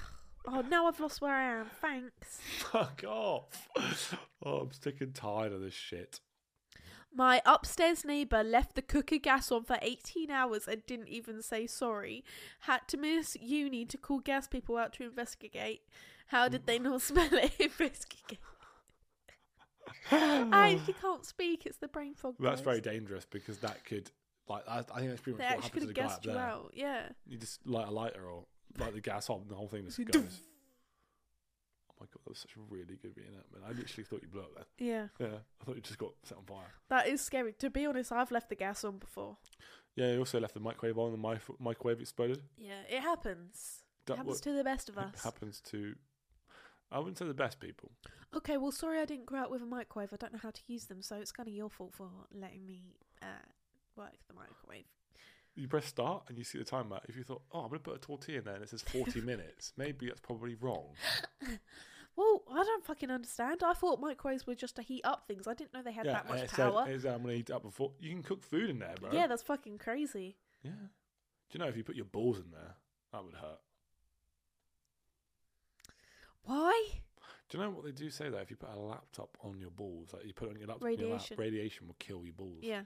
Oh, now I've lost where I am. Thanks.
Fuck off. Oh, I'm sick and tired of this shit.
My upstairs neighbour left the cooker gas on for 18 hours and didn't even say sorry. Had to miss uni to call gas people out to investigate. How did
Mm.
they not smell it? investigate. I actually can't speak. It's the brain fog.
That's
guys.
very dangerous because that could, like, I, I think that's pretty
They
much what
actually could
happens to the
have
guy up
guessed you
there.
out. Yeah.
You just light a lighter or light the gas on, and the whole thing just
Doof.
goes. oh my god, that was such a really good reenactment. I literally thought you blew up then.
Yeah.
Yeah, I thought you just got set on fire.
That is scary. To be honest, I've left the gas on before.
Yeah, you also left the microwave on. The mi- microwave exploded.
Yeah, it happens.
That
happens
wa-
to the best of
it
us.
happens to. I wouldn't say the best people.
Okay, well, sorry I didn't grow up with a microwave. I don't know how to use them, so it's kind of your fault for letting me uh, work the microwave.
You press start and you see the timer. If you thought, oh, I'm going to put a tortilla in there and it says 40 minutes, maybe that's probably wrong.
Well, I don't fucking understand. I thought microwaves were just to heat up things. I didn't know they had that
and
much
it said-
power.
it said, I'm going to heat up before. um, You can cook food in there, bro.
yeah, that's fucking crazy.
Yeah. Do you know if you put your balls in there, that would hurt?
Why?
Do you know what they do say though? If you put a laptop on your balls, like you put it on your laptop, Your lap,
Radiation.
radiation will kill your balls.
Yeah.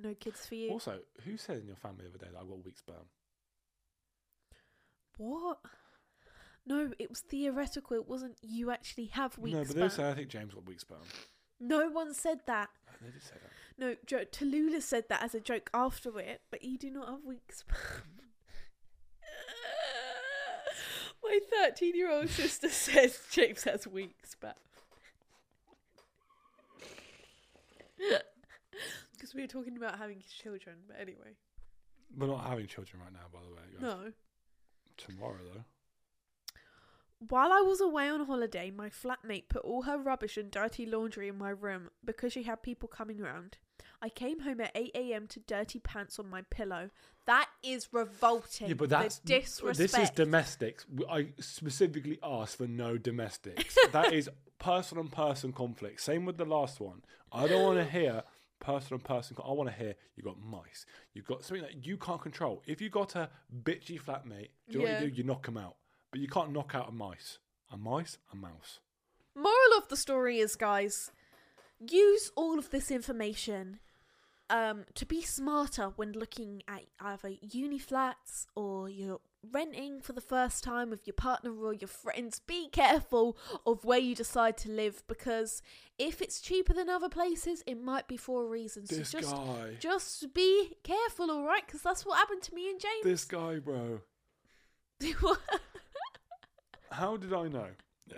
No kids for you.
Also, who said in your family the other day that I got weak sperm?
what? No, it was theoretical. It wasn't you actually have weak
no, but they
sperm.
were saying I think James got weak sperm.
No one said that.
They did say that.
No, jo- Tallulah said that as a joke after it, but you do not have weak sperm. My 13 year old sister says James has weak sperm. Because we were talking about having children, but anyway.
We're not having children right now, by the way. guys.
No.
Tomorrow though.
While I was away on holiday, my flatmate put all her rubbish and dirty laundry in my room because she had people coming round. I came home at 8 a.m. to dirty pants on my pillow. That is revolting.
Yeah, but that's
the disrespect.
This is domestics. W- I specifically asked for no domestics. that is person on person conflict. Same with the last one. I don't want to hear person on person. I want to hear you got mice. You got something that you can't control. If you got a bitchy flatmate, do you know
Yeah.
what you do? You knock them out. But you can't knock out a mice. A mice, a mouse.
Moral of the story is, guys, use all of this information um, to be smarter when looking at either uni flats or you're renting for the first time with your partner or your friends. Be careful of where you decide to live because if it's cheaper than other places, it might be for a reason. So
This
just,
guy.
just be careful, all right? Because that's what happened to me and James.
This guy, bro. How did I know? Yeah.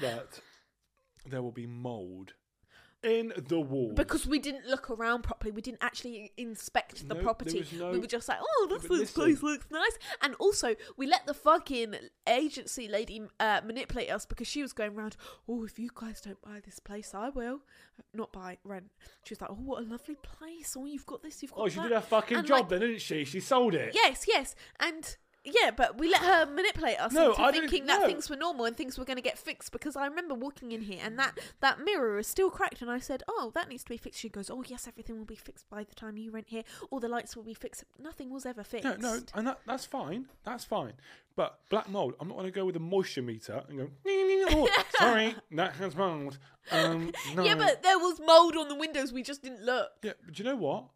That there will be mold in the walls.
Because we didn't look around properly, we didn't actually inspect the
No, there
property.
was no-
We were just like, "Oh,
Yeah,
this
but
looks-
listen.
place looks nice." And also, we let the fucking agency lady uh, manipulate us because she was going around, "Oh, if you guys don't buy this place, I will." Not buy rent. She was like, "Oh, what a lovely place! Oh, you've got this, you've got
Oh, she
that."
did her fucking
And,
job
like,
then, didn't she? She sold it.
Yes, yes, and. Yeah, but we let her manipulate us
No,
into
I don't-
thinking that
no.
things were normal and things were going to get fixed. Because I remember walking in here and that that mirror is still cracked, and I said, "Oh, that needs to be fixed." She goes, "Oh, yes, everything will be fixed by the time you rent here. All the lights will be fixed. Nothing was ever fixed."
No, no, and that, that's fine. That's fine. But black mold, I'm not going to go with a moisture meter and go, "Oh, sorry, that has mold. Um, no.
Yeah, but there was mold on the windows. We just didn't look.
Yeah, but do you know what?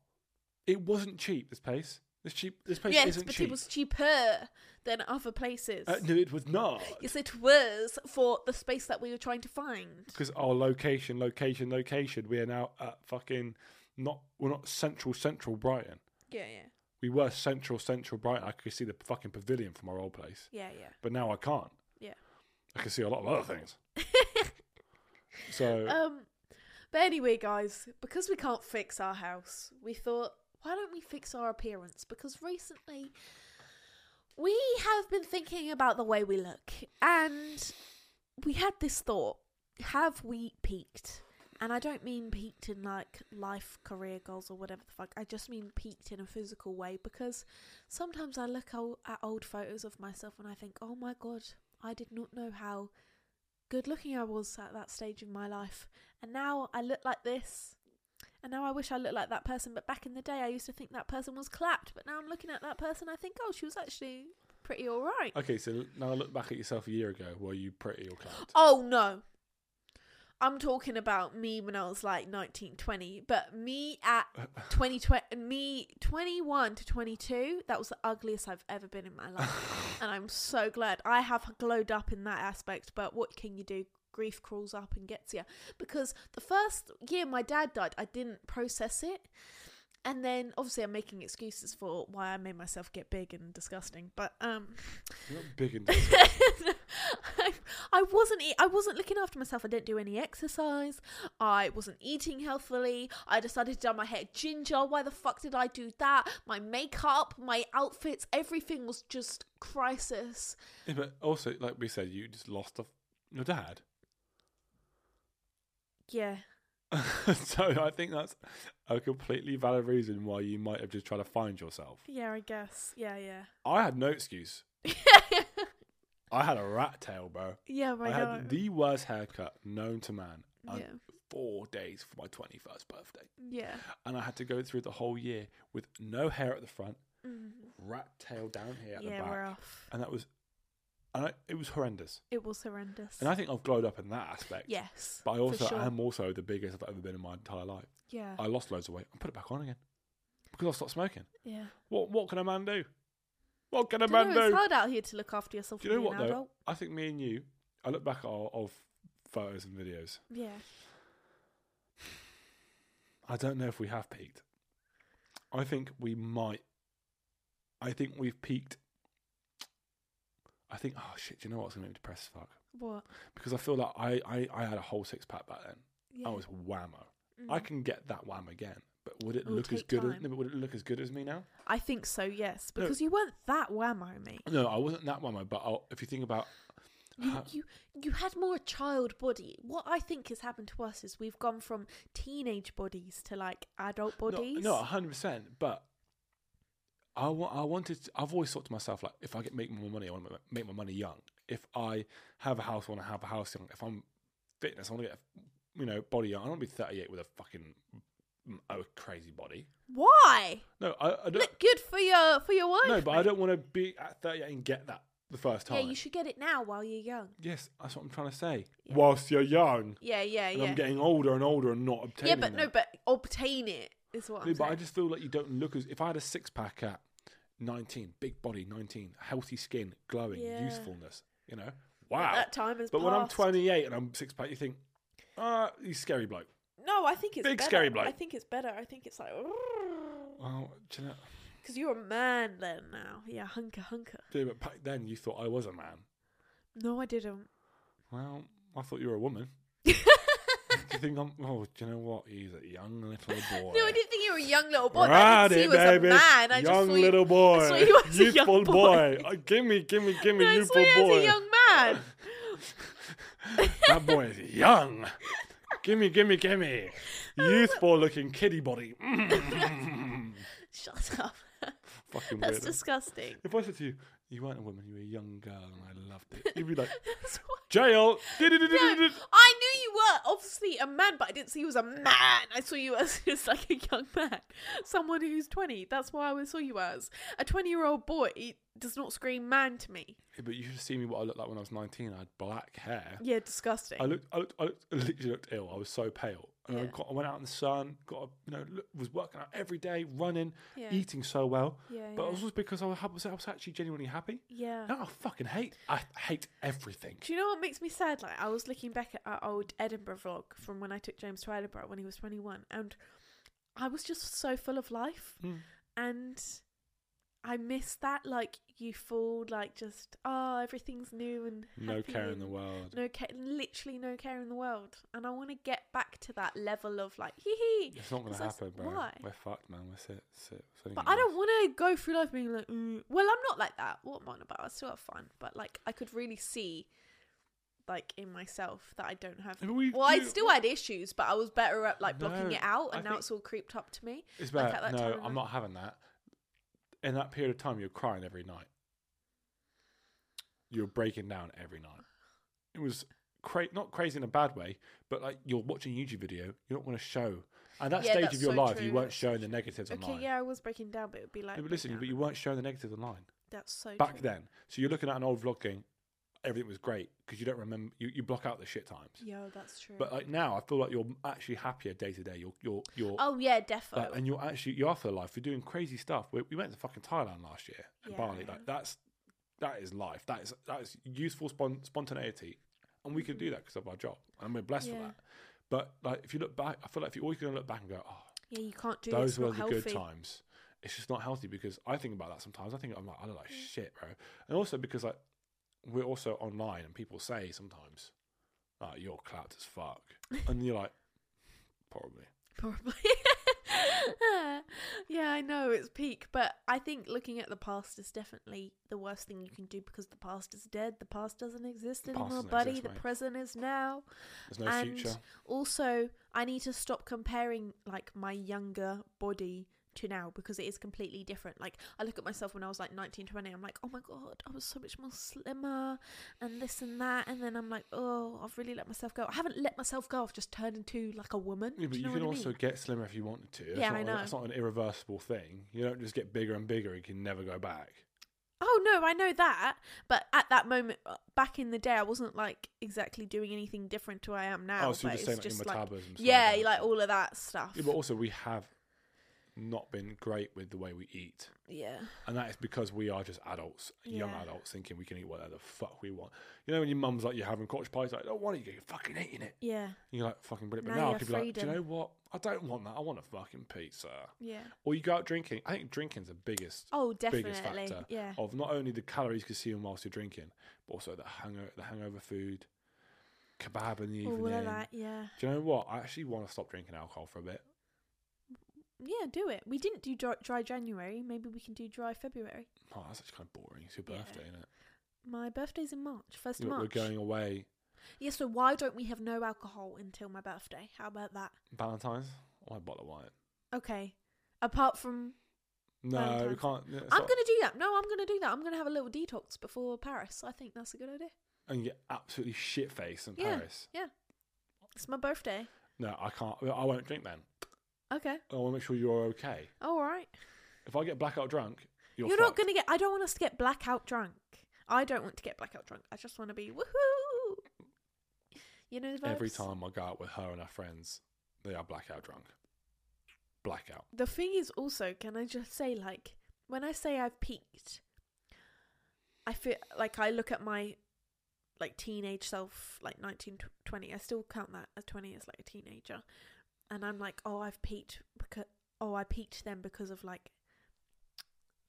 It wasn't cheap, this place. This, cheap, this place
yes,
isn't
but
cheap.
it was cheaper than other places.
Uh, no, it was not.
yes, it was for the space that we were trying to find.
Because our location, location, location, we are now at fucking not, we're not central, central Brighton.
Yeah, yeah,
We were central, central Brighton. I could see the fucking pavilion from our old place,
yeah, yeah,
but now I can't.
yeah.
I can see a lot of other things. so
Um, but anyway, guys, because we can't fix our house, we thought, why don't we fix our appearance? Because recently, we have been thinking about the way we look, and we had this thought: Have we peaked? And I don't mean peaked in like life, career goals, or whatever the fuck. I just mean peaked in a physical way because sometimes I look o- at old photos of myself and I think, oh my god, I did not know how good looking I was at that stage in my life. And now I look like this. And now I wish I looked like that person. But back in the day, I used to think that person was clapped. But now I'm looking at that person, I think, oh, she was actually pretty alright.
okay, so now look back at yourself a year ago. Were you pretty or clapped?
Oh no. Oh, I'm talking about me when I was like 19, 20, but me at 20, 20 me 21 to 22, that was the ugliest I've ever been in my life. and I'm so glad I have glowed up in that aspect, but what can you do? Grief crawls up and gets you. Because the first year my dad died, I didn't process it. And then obviously I'm making excuses for why I made myself get big and disgusting, but um
You're not big and
I, I wasn't e- I wasn't looking after myself. I didn't do any exercise. I wasn't eating healthily. I decided to dye my hair ginger. Why the fuck did I do that? My makeup, my outfits, everything was just crisis.
Yeah, but also, like we said, you just lost a, your dad.
Yeah.
so I think that's a completely valid reason why you might have just tried to find yourself.
Yeah, I guess. Yeah, yeah.
I had no excuse. I had a rat tail, bro.
yeah, right.
I had the worst haircut known to man. and
Oh Yeah.
Four days for my 21st birthday.
yeah.
And I had to go through the whole year with no hair at the front, rat tail down here at the
Yeah,
back.
we're off.
And that was, and I, it was horrendous.
It was horrendous.
And I think I've glowed up in that aspect.
yes.
But I
for
also
sure. Ah.
am also the biggest I've ever been in my entire life.
Yeah.
I lost loads of weight and put it back on again because I stopped smoking.
yeah.
What what can a man do? What can a
Dunno,
man
it's
do?
hard out here to look after yourself
Do you know
and be
what
an
though?
adult.
I think me and you, I look back at our of photos and videos.
Yeah.
I don't know if we have peaked. I think we might. I think we've peaked. I think oh shit, do you know what's gonna make me depressed as fuck?
What?
Because I feel like I, I, I had a whole six pack back then.
Yeah.
I was whammo. I can get that wham again, but would it
It'll
look as
take
good? As,
time.
no, but would it look as good as me now?
I think so, yes,
No.
because you weren't that whammo, mate.
No, I wasn't that whammo. But I'll, if you think about,
You,
Huh.
you you had more child body. What I think has happened to us is we've gone from teenage bodies to like adult
no-
bodies.
no, hundred percent. But I wa- I wanted. To, I've always thought to myself like, if I get make more money, I want to make my money young. If I have a house, I want to have a house young. If I'm fitness, I want to get a, you know body young. I don't want to be thirty eight with a fucking mm, oh, crazy body.
Why?
No, I, I don't.
Look good for your for your wife.
No, but I
mate.
don't want to be at thirty eight and get that the first time.
Yeah, you should get it now while you're young.
Yes, that's what I'm trying to say. Whilst you're young,
Yeah, yeah,
and
yeah.
I'm getting older and older and not obtaining.
yeah, but no,
that.
but obtain it is what
No,
I'm
but I
saying.
just feel like you don't look as if I had a six pack at 19, big body, 19, healthy skin, glowing,
Yeah.
usefulness. You know, wow.
that time has
But when I'm
passed.
28 and I'm six pack, you think, ah, you scary bloke.
No, I think it's
Big
better.
scary bloke.
I think it's better. I think it's like
Well, do you know,
because you're a man then now. Yeah, hunker, hunker.
yeah, but back then you thought I was a man.
No, I didn't.
Well, I thought you were a woman. do you think I'm? Oh, do you know what? He's a young little boy.
No, I didn't think you were a young little boy. I
Right,
didn't see
it,
you as
baby.
a man. I
young
just saw you-
little boy.
I saw you as a young
youthful
boy.
Uh, gimme, gimme, gimme,
I saw
youthful
you
boy.
as a young man.
that boy is young. gimme, gimme, gimme.
Oh,
Youthful looking kiddie body. Mm.
Shut up.
Fucking
That's
weird.
disgusting.
If I said to you, you weren't a woman, you were a young girl, and I loved it, you'd be like,
That's what-
jail.
No, I knew you were obviously a man, but I didn't see you as a man. I saw you as just like a young man, someone who's twenty. That's why I always saw you as a twenty-year-old boy. does not scream man to me.
Yeah, but you should have seen me what I looked like when I was 19. I had black hair.
Yeah, disgusting.
I looked, I looked, I looked, I literally looked ill. I was so pale. And I,
Yeah.
got, I went out in the sun, got, a, you know, look, was working out every day, running,
Yeah.
eating so well.
Yeah,
but it
yeah.
was just because I was, I was actually genuinely happy.
yeah.
Now I fucking hate, I hate everything.
Do you know what makes me sad? Like I was looking back at our old Edinburgh vlog from when I took James to Edinburgh when he was twenty one, and I was just so full of life,
Mm.
and I miss that like youthful, like just oh everything's new and
No
happy
care in the
and
world.
No care, literally no care in the world, and I want to get back to that level of like hee hee.
It's not gonna
'Cause that's-
happen, bro.
Why?
We're fucked, man. We're sit, sit. sitting
But
in
I don't
this.
want to go through life being like, "Mm." well, I'm not like that. What am I on about? I still have fun, but like, I could really see, like, in myself that I don't have.
But we-
well, I
you-
still had issues, but I was better at like blocking
No,
it out,
I
and now
think-
it's all creeped up to me.
It's
like,
bad.
at that time
no,
in
I'm
life.
not having that. In that period of time, you're crying every night. You're breaking down every night. It was cra- not crazy in a bad way, but like you're watching a YouTube video, you don't want to show. At that
Yeah,
stage of
that's
your
so
life, you
true,
weren't
that's so
showing the negatives
Okay,
online.
yeah, I was breaking down, but it would be like,
No, but listen,
breakdown.
but you weren't showing the negatives online
that's so
back
true.
then. So you're looking at an old vlog going, everything was great because you don't remember. You, you block out the shit times.
Yeah, that's true.
But like now, I feel like you're actually happier day to day. You're you're you're.
oh yeah, defo.
like, and you're actually you're after life. You're doing crazy stuff. We, we went to fucking Thailand last year and Bali.
Yeah.
Like that's that is life. That is that is useful spon- spontaneity, and we can do that because of our job, and we're blessed for
Mm-hmm. Yeah.
that. But like, if you look back, I feel like if you're always going to look back and go, "Oh,
yeah, you can't do
those
it.
were
It's
the
not
good
healthy.
times. It's just not healthy because I think about that sometimes. I think I'm like, I look like
Mm.
shit, bro. And also because like we're also online and people say sometimes, like, you're clapped as fuck. And you're like, probably.
Probably. yeah, I know it's peak, but I think looking at the past is definitely the worst thing you can do because the past is dead. The past doesn't exist
The past
anymore,
doesn't
buddy.
exist,
the
mate.
present is now.
There's no
and
future.
also, I need to stop comparing like my younger body to now because it is completely different. Like I look at myself when I was like 19, 20, I'm like, oh my god, I was so much more slimmer and this and that, and then I'm like, oh, I've really let myself go. I haven't let myself go. I've just turned into like a woman.
Yeah, but
Do
you,
you, know
can
what I
also
mean?
get slimmer if you wanted to. It's
Yeah,
not,
I
It's not an irreversible thing. You don't just get bigger and bigger. You can never go back.
Oh no, I know that. But at that moment, uh, back in the day, I wasn't like exactly doing anything different to I am now.
oh,
but
so you're just saying
it's
like your
just like,
metabolism. stuff
yeah,
that.
like all of that stuff.
Yeah, but also we have not been great with the way we eat.
yeah,
And that is because we are just adults, young
Yeah.
adults, thinking we can eat whatever the fuck we want. You know, when your mum's like, you're having cottage pie, it's like, I don't want it, you're fucking eating it.
yeah,
And you're like, fucking brilliant. But
Now
now, I
you're
could be like, do you
freedom.
know what? I don't want that. I want a fucking pizza.
yeah.
Or you go out drinking. I think drinking's the biggest,
Oh,
biggest
definitely.
factor Oh,
Yeah,
of not only the calories consumed whilst you're drinking, but also the hangover, the hangover food, kebab in the evening.
all of that. Yeah,
Do you know what? I actually want to stop drinking alcohol for a bit.
yeah. Do it. We didn't do dry, dry January. Maybe we can do dry February.
Oh, that's actually kind of boring. It's your
Yeah.
birthday, isn't it?
My birthday's in March, first of
You're-
March.
We're going away
Yeah, so why don't we have no alcohol until my birthday? How about that?
Valentine's. Oh, I want a bottle of wine.
Okay. Apart from
No, we
Valentine's.
can't. yeah, it's
I'm
not-
going to do that. No, I'm going to do that. I'm going to have a little detox before Paris. I think that's a good idea.
and get absolutely shit faced in
Yeah.
Paris.
Yeah. It's my birthday.
No, I can't. I won't drink then.
Okay.
I want to make sure you're okay.
All right.
If I get blackout drunk, you're,
You're, not
fucked.
going to get. I don't want us to get blackout drunk. I don't want to get blackout drunk. I just want to be woohoo. You know the vibes?
Every time I go out with her and her friends, they are blackout drunk. Blackout.
The thing is also, can I just say, like, when I say I've peaked, I feel like I look at my like teenage self, like 19, tw- 20. I still count that as 20 as like a teenager. And I'm like, oh, I've peaked because, oh, I peaked then because of like,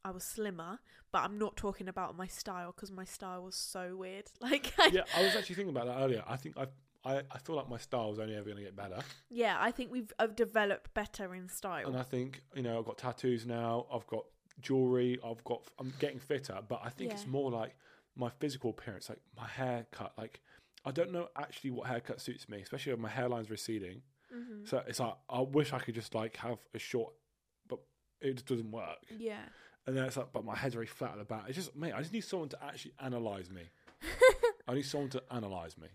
I was slimmer, but I'm not talking about my style because my style was so weird. Like, I,
yeah, I was actually thinking about that earlier. I think I, I, I feel like my style is only ever going to get better,
yeah, I think we've I've developed better in style.
and I think you know I've got tattoos now. I've got jewelry. I've got. I'm getting fitter, but I think it's
Yeah.
more like my physical appearance, like my haircut. Like I don't know actually what haircut suits me, especially when my hairline's receding.
hmm
So it's like I wish I could just like have a short, but it just doesn't work.
Yeah.
And then it's like, but my head's very flat at the back. It's just mate, I just need someone to actually analyze me. I need someone to analyze me.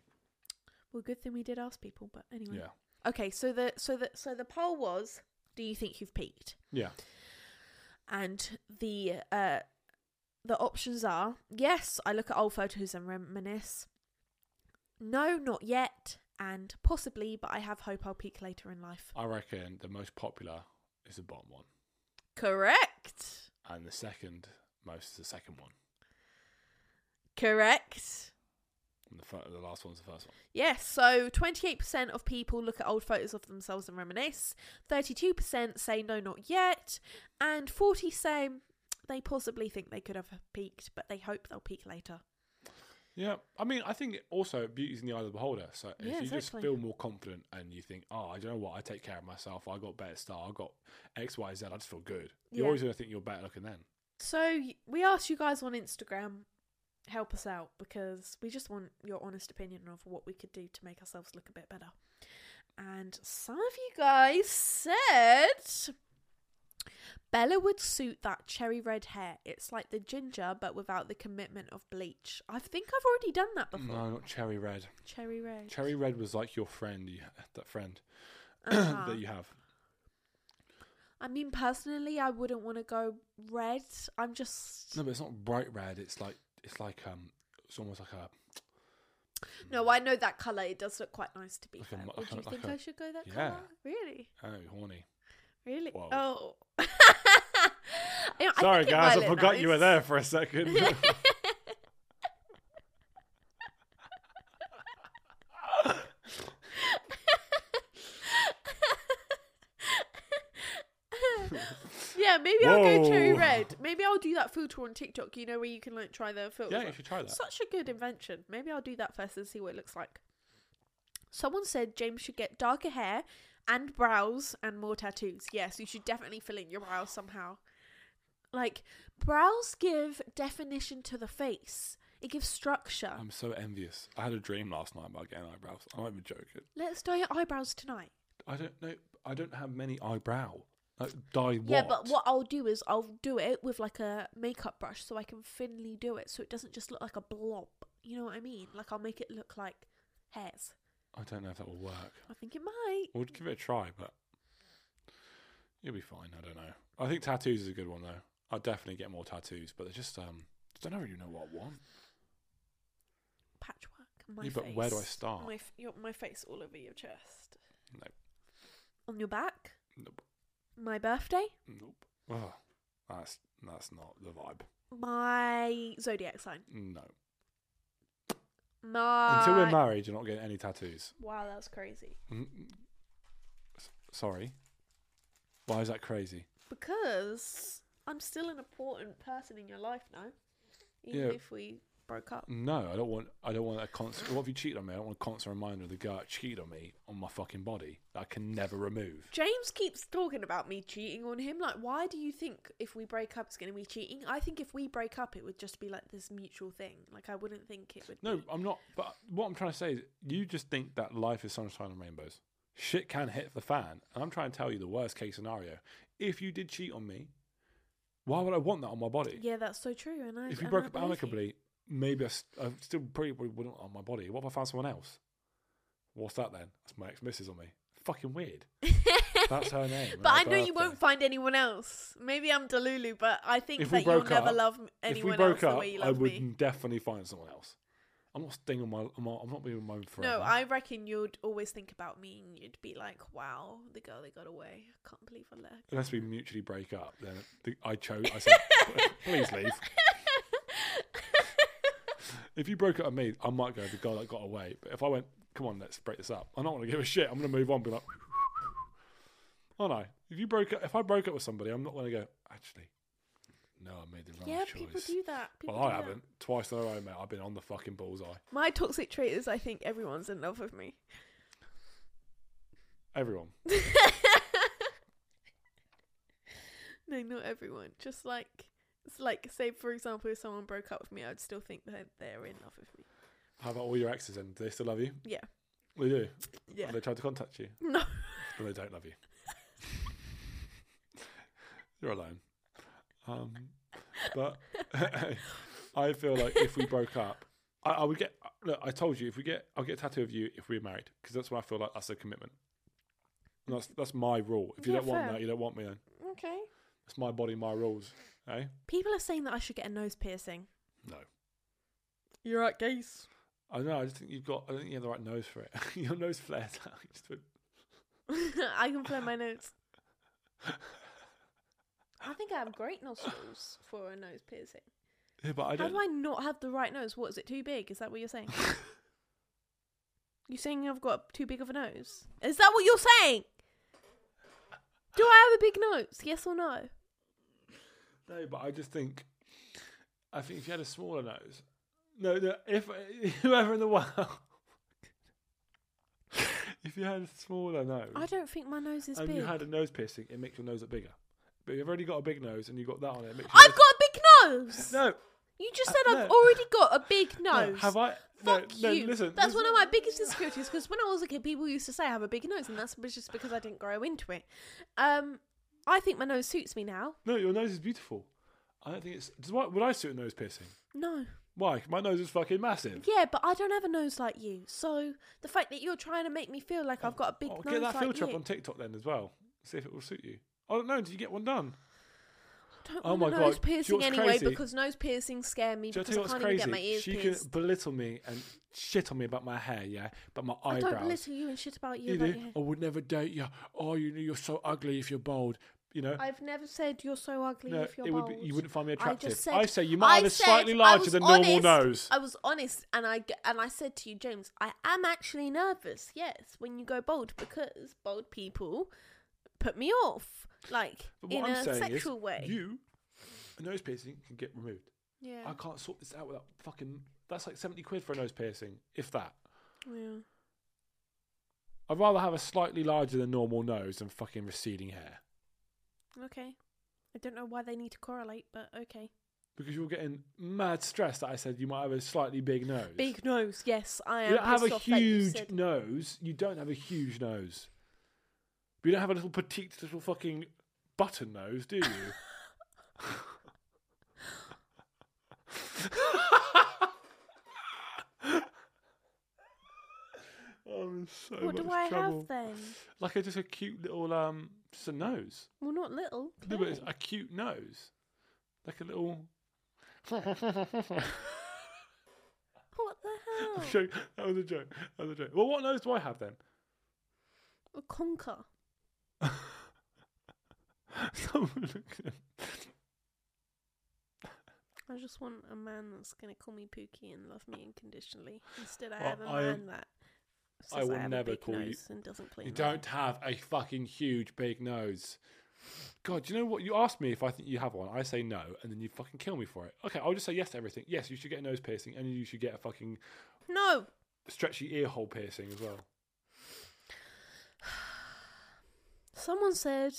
Well, good thing we did ask people, but anyway.
Yeah,
Okay, so the so the so the poll was, do you think you've peaked?
yeah.
And the uh the options are yes, I look at old photos and reminisce. No, not yet, and possibly, but I have hope I'll peak later in life.
I reckon the most popular is the bottom one,
Correct.
and the second most is the second one,
Correct.
and the fir- the last one's the first one.
Yes, so 28% of people look at old photos of themselves and reminisce. 32% say no, not yet. And 40 say they possibly think they could have peaked, but they hope they'll peak later.
Yeah, I mean, I think also beauty's in the eye of the beholder. So if
Yeah,
you just
exactly.
feel more confident and you think, oh, I don't know what, I take care of myself, I got better style, I got X, Y, Z, I just feel good. You're
Yeah.
always going to think you're better looking then.
So y- we asked you guys on Instagram, help us out because we just want your honest opinion of what we could do to make ourselves look a bit better. And some of you guys said Bella would suit that cherry red hair. It's like the ginger but without the commitment of bleach. I think I've already done that before.
No, not cherry red.
Cherry red.
Cherry red was like your friend, you, that friend
Uh-huh.
that you have.
I mean, personally, I wouldn't want to go red. I'm just
No, but it's not bright red. It's like it's like um It's almost like a
No, I know that colour. It does look quite nice to be
Like a
fair.
mu-
Would
like a-
you
like
think
a-
I should go that
yeah.
colour? Really?
oh horny.
Really?
Whoa.
Oh. I know, I
Sorry
think it
guys,
might
I
look
forgot you were
nice.
there for a second.
yeah, maybe I'll go cherry
Whoa.
red. Maybe I'll do that filter on TikTok. You know where you can like try the filter.
yeah, you should try that.
Such a good invention. Maybe I'll do that first and see what it looks like. Someone said James should get darker hair and brows and more tattoos. Yes, you should definitely fill in your brows somehow. Like, brows give definition to the face, it gives structure.
I'm so envious. I had a dream last night about getting eyebrows. I'm not even joking.
Let's dye your eyebrows tonight.
I don't know. I don't have many eyebrow. Like, dye what?
Yeah, but what I'll do is I'll do it with like a makeup brush so I can thinly do it so it doesn't just look like a blob. You know what I mean? Like, I'll make it look like hairs.
I don't know if that will work.
I think it might.
We'll give it a try, but you'll be fine. I don't know. I think tattoos is a good one though. I'll definitely get more tattoos, but they're just um. I don't really know what I want.
patchwork. My
Yeah,
face.
but where do I start?
My f- your, my face all over your chest,
No,
on your back.
nope,
My birthday,
nope. Ugh. That's that's not the vibe.
my zodiac sign.
No.
My
Until we're married, you're not getting any tattoos.
Wow, that's crazy.
Mm, s- Sorry. Why is that crazy?
Because I'm still an important person in your life now, even
Yeah. Mm.
if we broke up.
No, I don't want. I don't want a constant. What if you cheat on me? I don't want a constant reminder of the guy that cheated on me on my fucking body that I can never remove.
James keeps talking about me cheating on him. Like, why do you think if we break up it's going to be cheating? I think if we break up, it would just be like this mutual thing. Like, I wouldn't think it would.
No,
be.
I'm not. But what I'm trying to say is, you just think that life is sunshine and rainbows. Shit can hit the fan, and I'm trying to tell you the worst case scenario. If you did cheat on me, why would I want that on my body?
Yeah, that's so true. And I.
if you
and
broke
I
up
believe you.
amicably, maybe I, s- I still probably wouldn't on my body. What if I found someone else? What's that then? That's my ex missus on me. Fucking weird. That's her name. and
But
her
I know you
birthday.
won't find anyone else. Maybe I'm Delulu, but I think
If we
that you'll
broke
never
up-
love m-
If we
anyone else
broke
the
up,
way you
I
love
would
me.
definitely find someone else. I'm not staying on my. I'm not, I'm not being with my forever.
No, I reckon you'd always think about me and you'd be like, wow, the girl they got away. I can't believe I left.
Unless we mutually break up, then the, I chose. I said, "Please leave." if you broke up with me, I might go the guy that got away. But if I went, "Come on, let's break this up," I don't want to give a shit. I'm going to move on. Be like, "Oh no." If you broke up, if I broke up with somebody, I'm not going to go. Actually, no, I made the wrong
yeah,
choice.
people do that. People
well, I
do that.
haven't. Twice in a row, mate. I've been on the fucking bullseye.
My toxic trait is I think everyone's in love with me.
Everyone.
No, not everyone. Just like, it's like, say, for example, if someone broke up with me, I'd still think that they're in love with me.
How about all your exes? And do they still love you?
Yeah.
They do.
Yeah.
Have they tried to contact you?
No.
but they don't love you. You're alone. Um, but I feel like if we broke up, I, I would get. Look, I told you if we get, I'll get a tattoo of you if we're married because that's why I feel like that's a commitment. And that's that's my rule. If you
Yeah,
don't want
fair.
that, you don't want me. Then
Okay.
it's my body, my rules. Eh?
People are saying that I should get a nose piercing.
No.
You're right, gays.
I don't know. I just think you've got. I don't think you have the right nose for it. Your nose flares out. You just went-
I can blow my nose. I think I have great nostrils for a nose piercing.
yeah, but I
How
don't.
do I not have the right nose? What is it too big? Is that what you're saying? you saying I've got too big of a nose? Is that what you're saying? Do I have a big nose? Yes or no?
No, but I just think, I think if you had a smaller nose, no, no, if whoever in the world, if you had a smaller nose
I don't think my nose is
and
big.
you had a nose piercing, it makes your nose look bigger. But you've already got a big nose and you got that on it. it makes your
I've
nose-
got a big nose.
no, Uh,
You just said I've
no.
already got a big
no,
nose.
Have I?
Fuck
no,
you.
no, listen.
that's
listen.
one of my biggest insecurities because when I was a kid, people used to say I have a big nose, and that's just because I didn't grow into it. Um, I think my nose suits me now.
No, your nose is beautiful. I don't think it's. Does why would I suit a nose piercing?
No,
Why? My nose is fucking massive.
yeah, but I don't have a nose like you. So the fact that you're trying to make me feel like I've got a big
Oh,
nose
get that
like
filter
you,
Oh, up on TikTok then as well. See if it will suit you. I don't know. Did you get one done?
don't
Oh
want
my
a nose
God. Do you know
piercing
what's
anyway
crazy?
because nose piercings scare me
Do you
because I
know what's
can't
crazy?
even get my ears
she
pierced.
can belittle me and shit on me about my hair, yeah, but my
I
eyebrows.
don't belittle you and shit about you.
You
about
know,
your hair.
I would never date you. Oh, you know, you're so ugly if you're bald. You know,
I've never said you're so ugly
no,
if you're
it would
bald.
be, you wouldn't find
I
me attractive. I,
just said
say you might
I
have a
said-
slightly
I
larger
was
than normal
honest.
nose.
I was honest, and I g- and I said to you, James, I am actually nervous. Yes, when you go bald, because bald people put me off, like
But
in
what I'm
a
saying
sexual
is,
way.
you a nose piercing can get removed.
yeah.
I can't sort this out without fucking. That's like seventy quid for a nose piercing, if that.
yeah.
I'd rather have a slightly larger than normal nose than fucking receding hair
Okay. I don't know why they need to correlate, but okay.
because you're getting mad stress that I said you might have a slightly big nose.
Big nose. Yes, I am.
You don't have
pissed
a
off that you
huge
said-
nose. You don't have a huge nose. But you don't have a little petite little fucking button nose, do you? Oh, I'm so
What do
much
I
trouble.
have then?
Like a, just a cute little um, just a nose.
Well, not little.
No, but it's
clearly.
a cute nose, like a little.
Oh. What the
I'm
hell?
joking. That was a joke. That was a joke. Well, what nose do I have then?
A conker.
Someone looked at-
I just want a man that's going to call me Pookie and love me unconditionally. Instead, I
Well,
have a
I-
man that
I
says
will
have a
never
big
call you-
nose and doesn't clean.
You
my
don't have a fucking huge big nose. God, do you know what? You asked me if I think you have one. I say no, and then you fucking kill me for it. Okay, I'll just say yes to everything. Yes, you should get a nose piercing, and you should get a fucking
hair. No,
stretchy ear hole piercing as well.
someone said.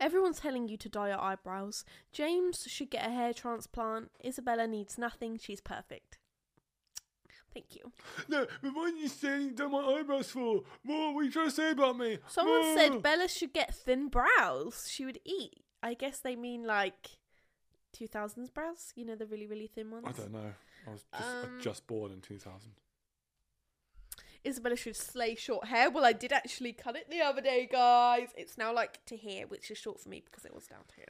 Everyone's telling you to dye your eyebrows. James should get a hair transplant. Isabella needs nothing. She's perfect. Thank you.
No, but what are you saying you've done my eyebrows for? What are you trying to say about me?
Someone
Whoa.
said Bella should get thin brows. She would eat. I guess they mean like 2000s brows. You know, the really, really thin ones.
I don't know. I was just, I
Um,
just born in 2000.
Isabella should slay short hair. Well, I did actually cut it the other day, guys. It's now like to here, which is short for me because it was down to here.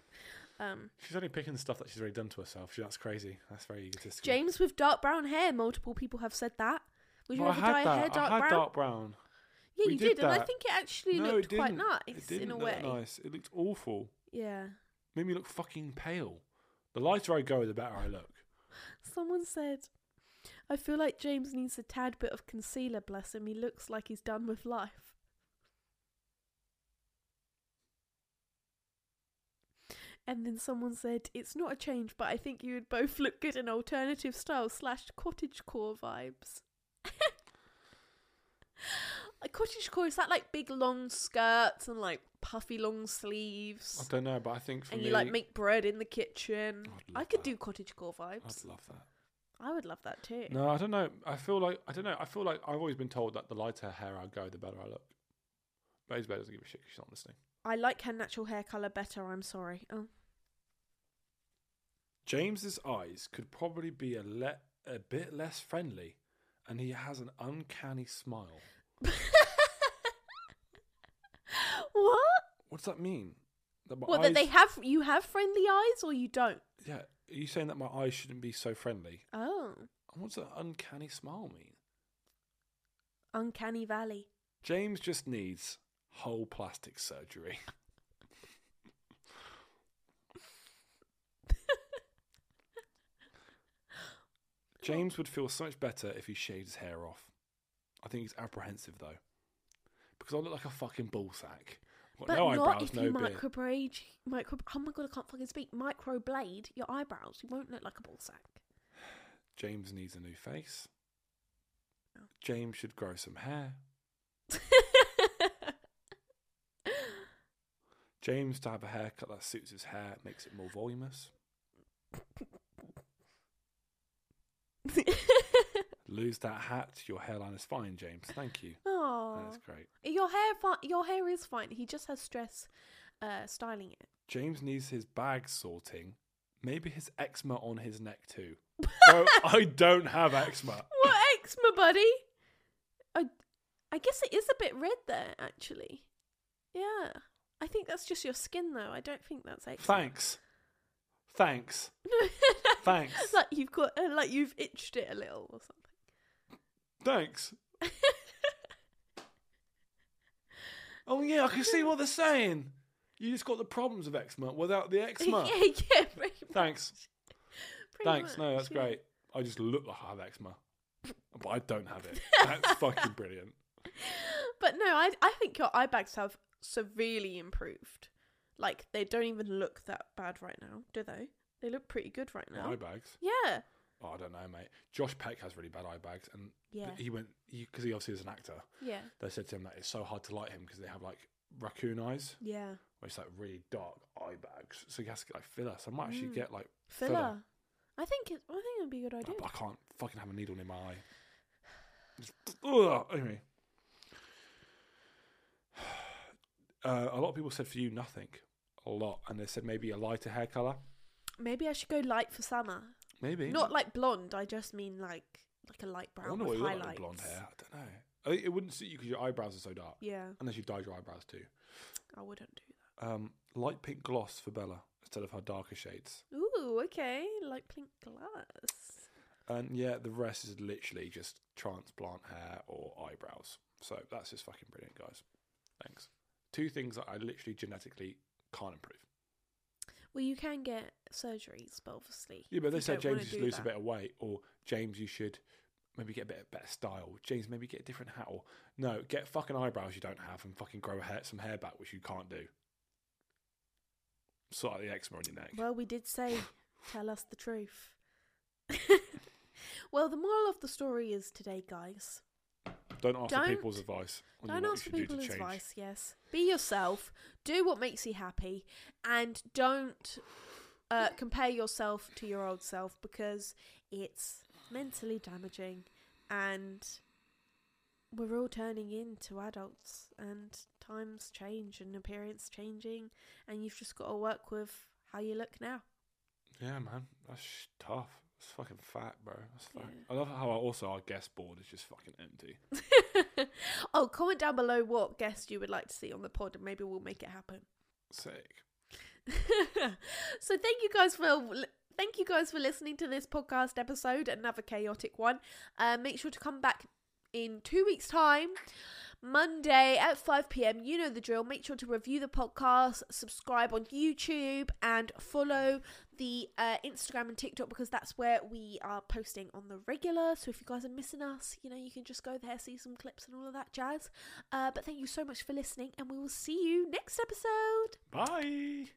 Um,
She's only picking stuff that she's already done to herself. She- That's crazy. That's very egotistical.
James with dark brown hair. Multiple people have said that. Would you
Well,
ever
I had
dye
that.
your hair dark
I had
brown?
dark brown.
yeah,
we
you
did
did, and I
that.
think it actually
no,
looked
it
quite
didn't.
nice
it didn't
in a
look
way.
Nice. It looked awful.
Yeah.
Made me look fucking pale. The lighter I go, the better I look.
Someone said, "I feel like James needs a tad bit of concealer. Bless him. He looks like he's done with life." And then someone said, "It's not a change, but I think you would both look good in alternative style slash cottagecore vibes." A cottagecore is that like big long skirts and like puffy long
I
sleeves,
don't know, but I think for
and
me,
you like make bread in the kitchen.
I'd
I
love
could
that.
do cottagecore vibes.
I'd love that.
I would love that too.
No, I don't know. I feel like I don't know. I feel like I've always been told that the lighter hair I go, the better I look. But Isabel doesn't give a shit. 'cause She's not listening.
I like her natural hair color better. I'm sorry. Oh,
James's eyes could probably be a le- a bit less friendly, and he has an uncanny smile.
what?
What does that mean? That my
What that they have? You have friendly eyes or you don't?
Yeah, are you saying that my eyes shouldn't be so friendly?
Oh,
And What does an uncanny smile mean?
uncanny valley.
James just needs whole plastic surgery. James would feel so much better if he shaved his hair off. I think he's apprehensive though, because I look like a fucking ball sack. I've got
but
no
not
eyebrows,
if
no
you
beard.
microblade. Micro. Oh my god, I can't fucking speak. Microblade your eyebrows. You won't look like a ball sack.
James needs a new face.
Oh.
James should grow some hair. James to have a haircut that suits his hair makes it more voluminous. Lose that hat, your hairline is fine, James. Thank you.
Oh,
That's great.
your hair. Fi- your hair is fine. He just has stress uh, styling it.
James needs his bag sorting. Maybe his eczema on his neck too. Bro, I don't have eczema.
What eczema, buddy? I, I guess it is a bit red there, actually. Yeah, I think that's just your skin, though. I don't think that's eczema.
Thanks. Thanks. Thanks.
like you've got, uh, like you've itched it a little or something.
Thanks. oh yeah, I can see what they're saying. You just got the problems of eczema without the eczema.
yeah, yeah, pretty much.
Thanks.
pretty
Thanks. No,
much,
that's
yeah.
great. I just look like I have eczema, but I don't have it. That's fucking brilliant.
But no, I I think your eye bags have severely improved. Like they don't even look that bad right now, do they? They look pretty good right now.
Eye bags.
yeah.
Oh, I don't know, mate. Josh Peck has really bad eye bags, and th-
Yeah.
he went because he, obviously is an actor.
Yeah.
They said to him that it's so hard to light him because they have like raccoon eyes,
Yeah.
where it's like really dark eye bags. So he has to get like filler. So I might actually
Mm.
get like
Filler.
filler.
I think it. I think it'd be a good idea.
But I can't fucking have a needle in my eye. Just- Ugh, anyway. Uh, a lot of people said for you nothing, a lot, and they said maybe a lighter hair color,
Maybe I should go light for summer.
maybe
Not like blonde. I just mean like like a light
I
brown
wonder what
with
you look
highlights.
like with blonde hair. I don't know. I think it wouldn't suit you because your eyebrows are so dark,
Yeah,
unless you dyed your eyebrows too.
I wouldn't do
Um, light pink gloss for Bella instead of her darker shades,
that. Ooh, okay, light pink glass.
and yeah, the rest is literally just transplant hair or eyebrows. So that's just fucking brilliant, guys. Thanks. Two things that I literally genetically can't improve.
Well, you can get surgeries, but obviously.
Yeah, but they
you
said
don't wanna
James, you should
do
lose a
that.
bit of weight, or James, you should maybe get a bit better style. James, maybe get a different hat. Or no, get fucking eyebrows you don't have and fucking grow hair, some hair back, which you can't do. Sort out the eczema on your neck.
Well, we did say, tell us the truth. well, the moral of the story is today, guys.
don't ask for
don't-
people's advice. on
Don't
what you
ask for
should do to
people's
change.
advice, yes. Be yourself, do what makes you happy, and don't uh, compare yourself to your old self because it's mentally damaging and we're all turning into adults and times change and appearance changing and you've just got to work with how you look now.
Yeah, man, that's sh- tough. It's fucking fat, bro. That's fat.
Yeah.
I love how our, also our guest board is just fucking empty.
oh, comment down below what guest you would like to see on the pod and maybe we'll make it happen.
Sick.
so thank you guys for thank you guys for listening to this podcast episode another chaotic one uh, make sure to come back in two weeks time monday at 5pm you know the drill make sure to review the podcast subscribe on youtube and follow the uh, instagram and tiktok because that's where we are posting on the regular so if you guys are missing us you know you can just go there see some clips and all of that jazz uh, but thank you so much for listening and we will see you next episode
Bye.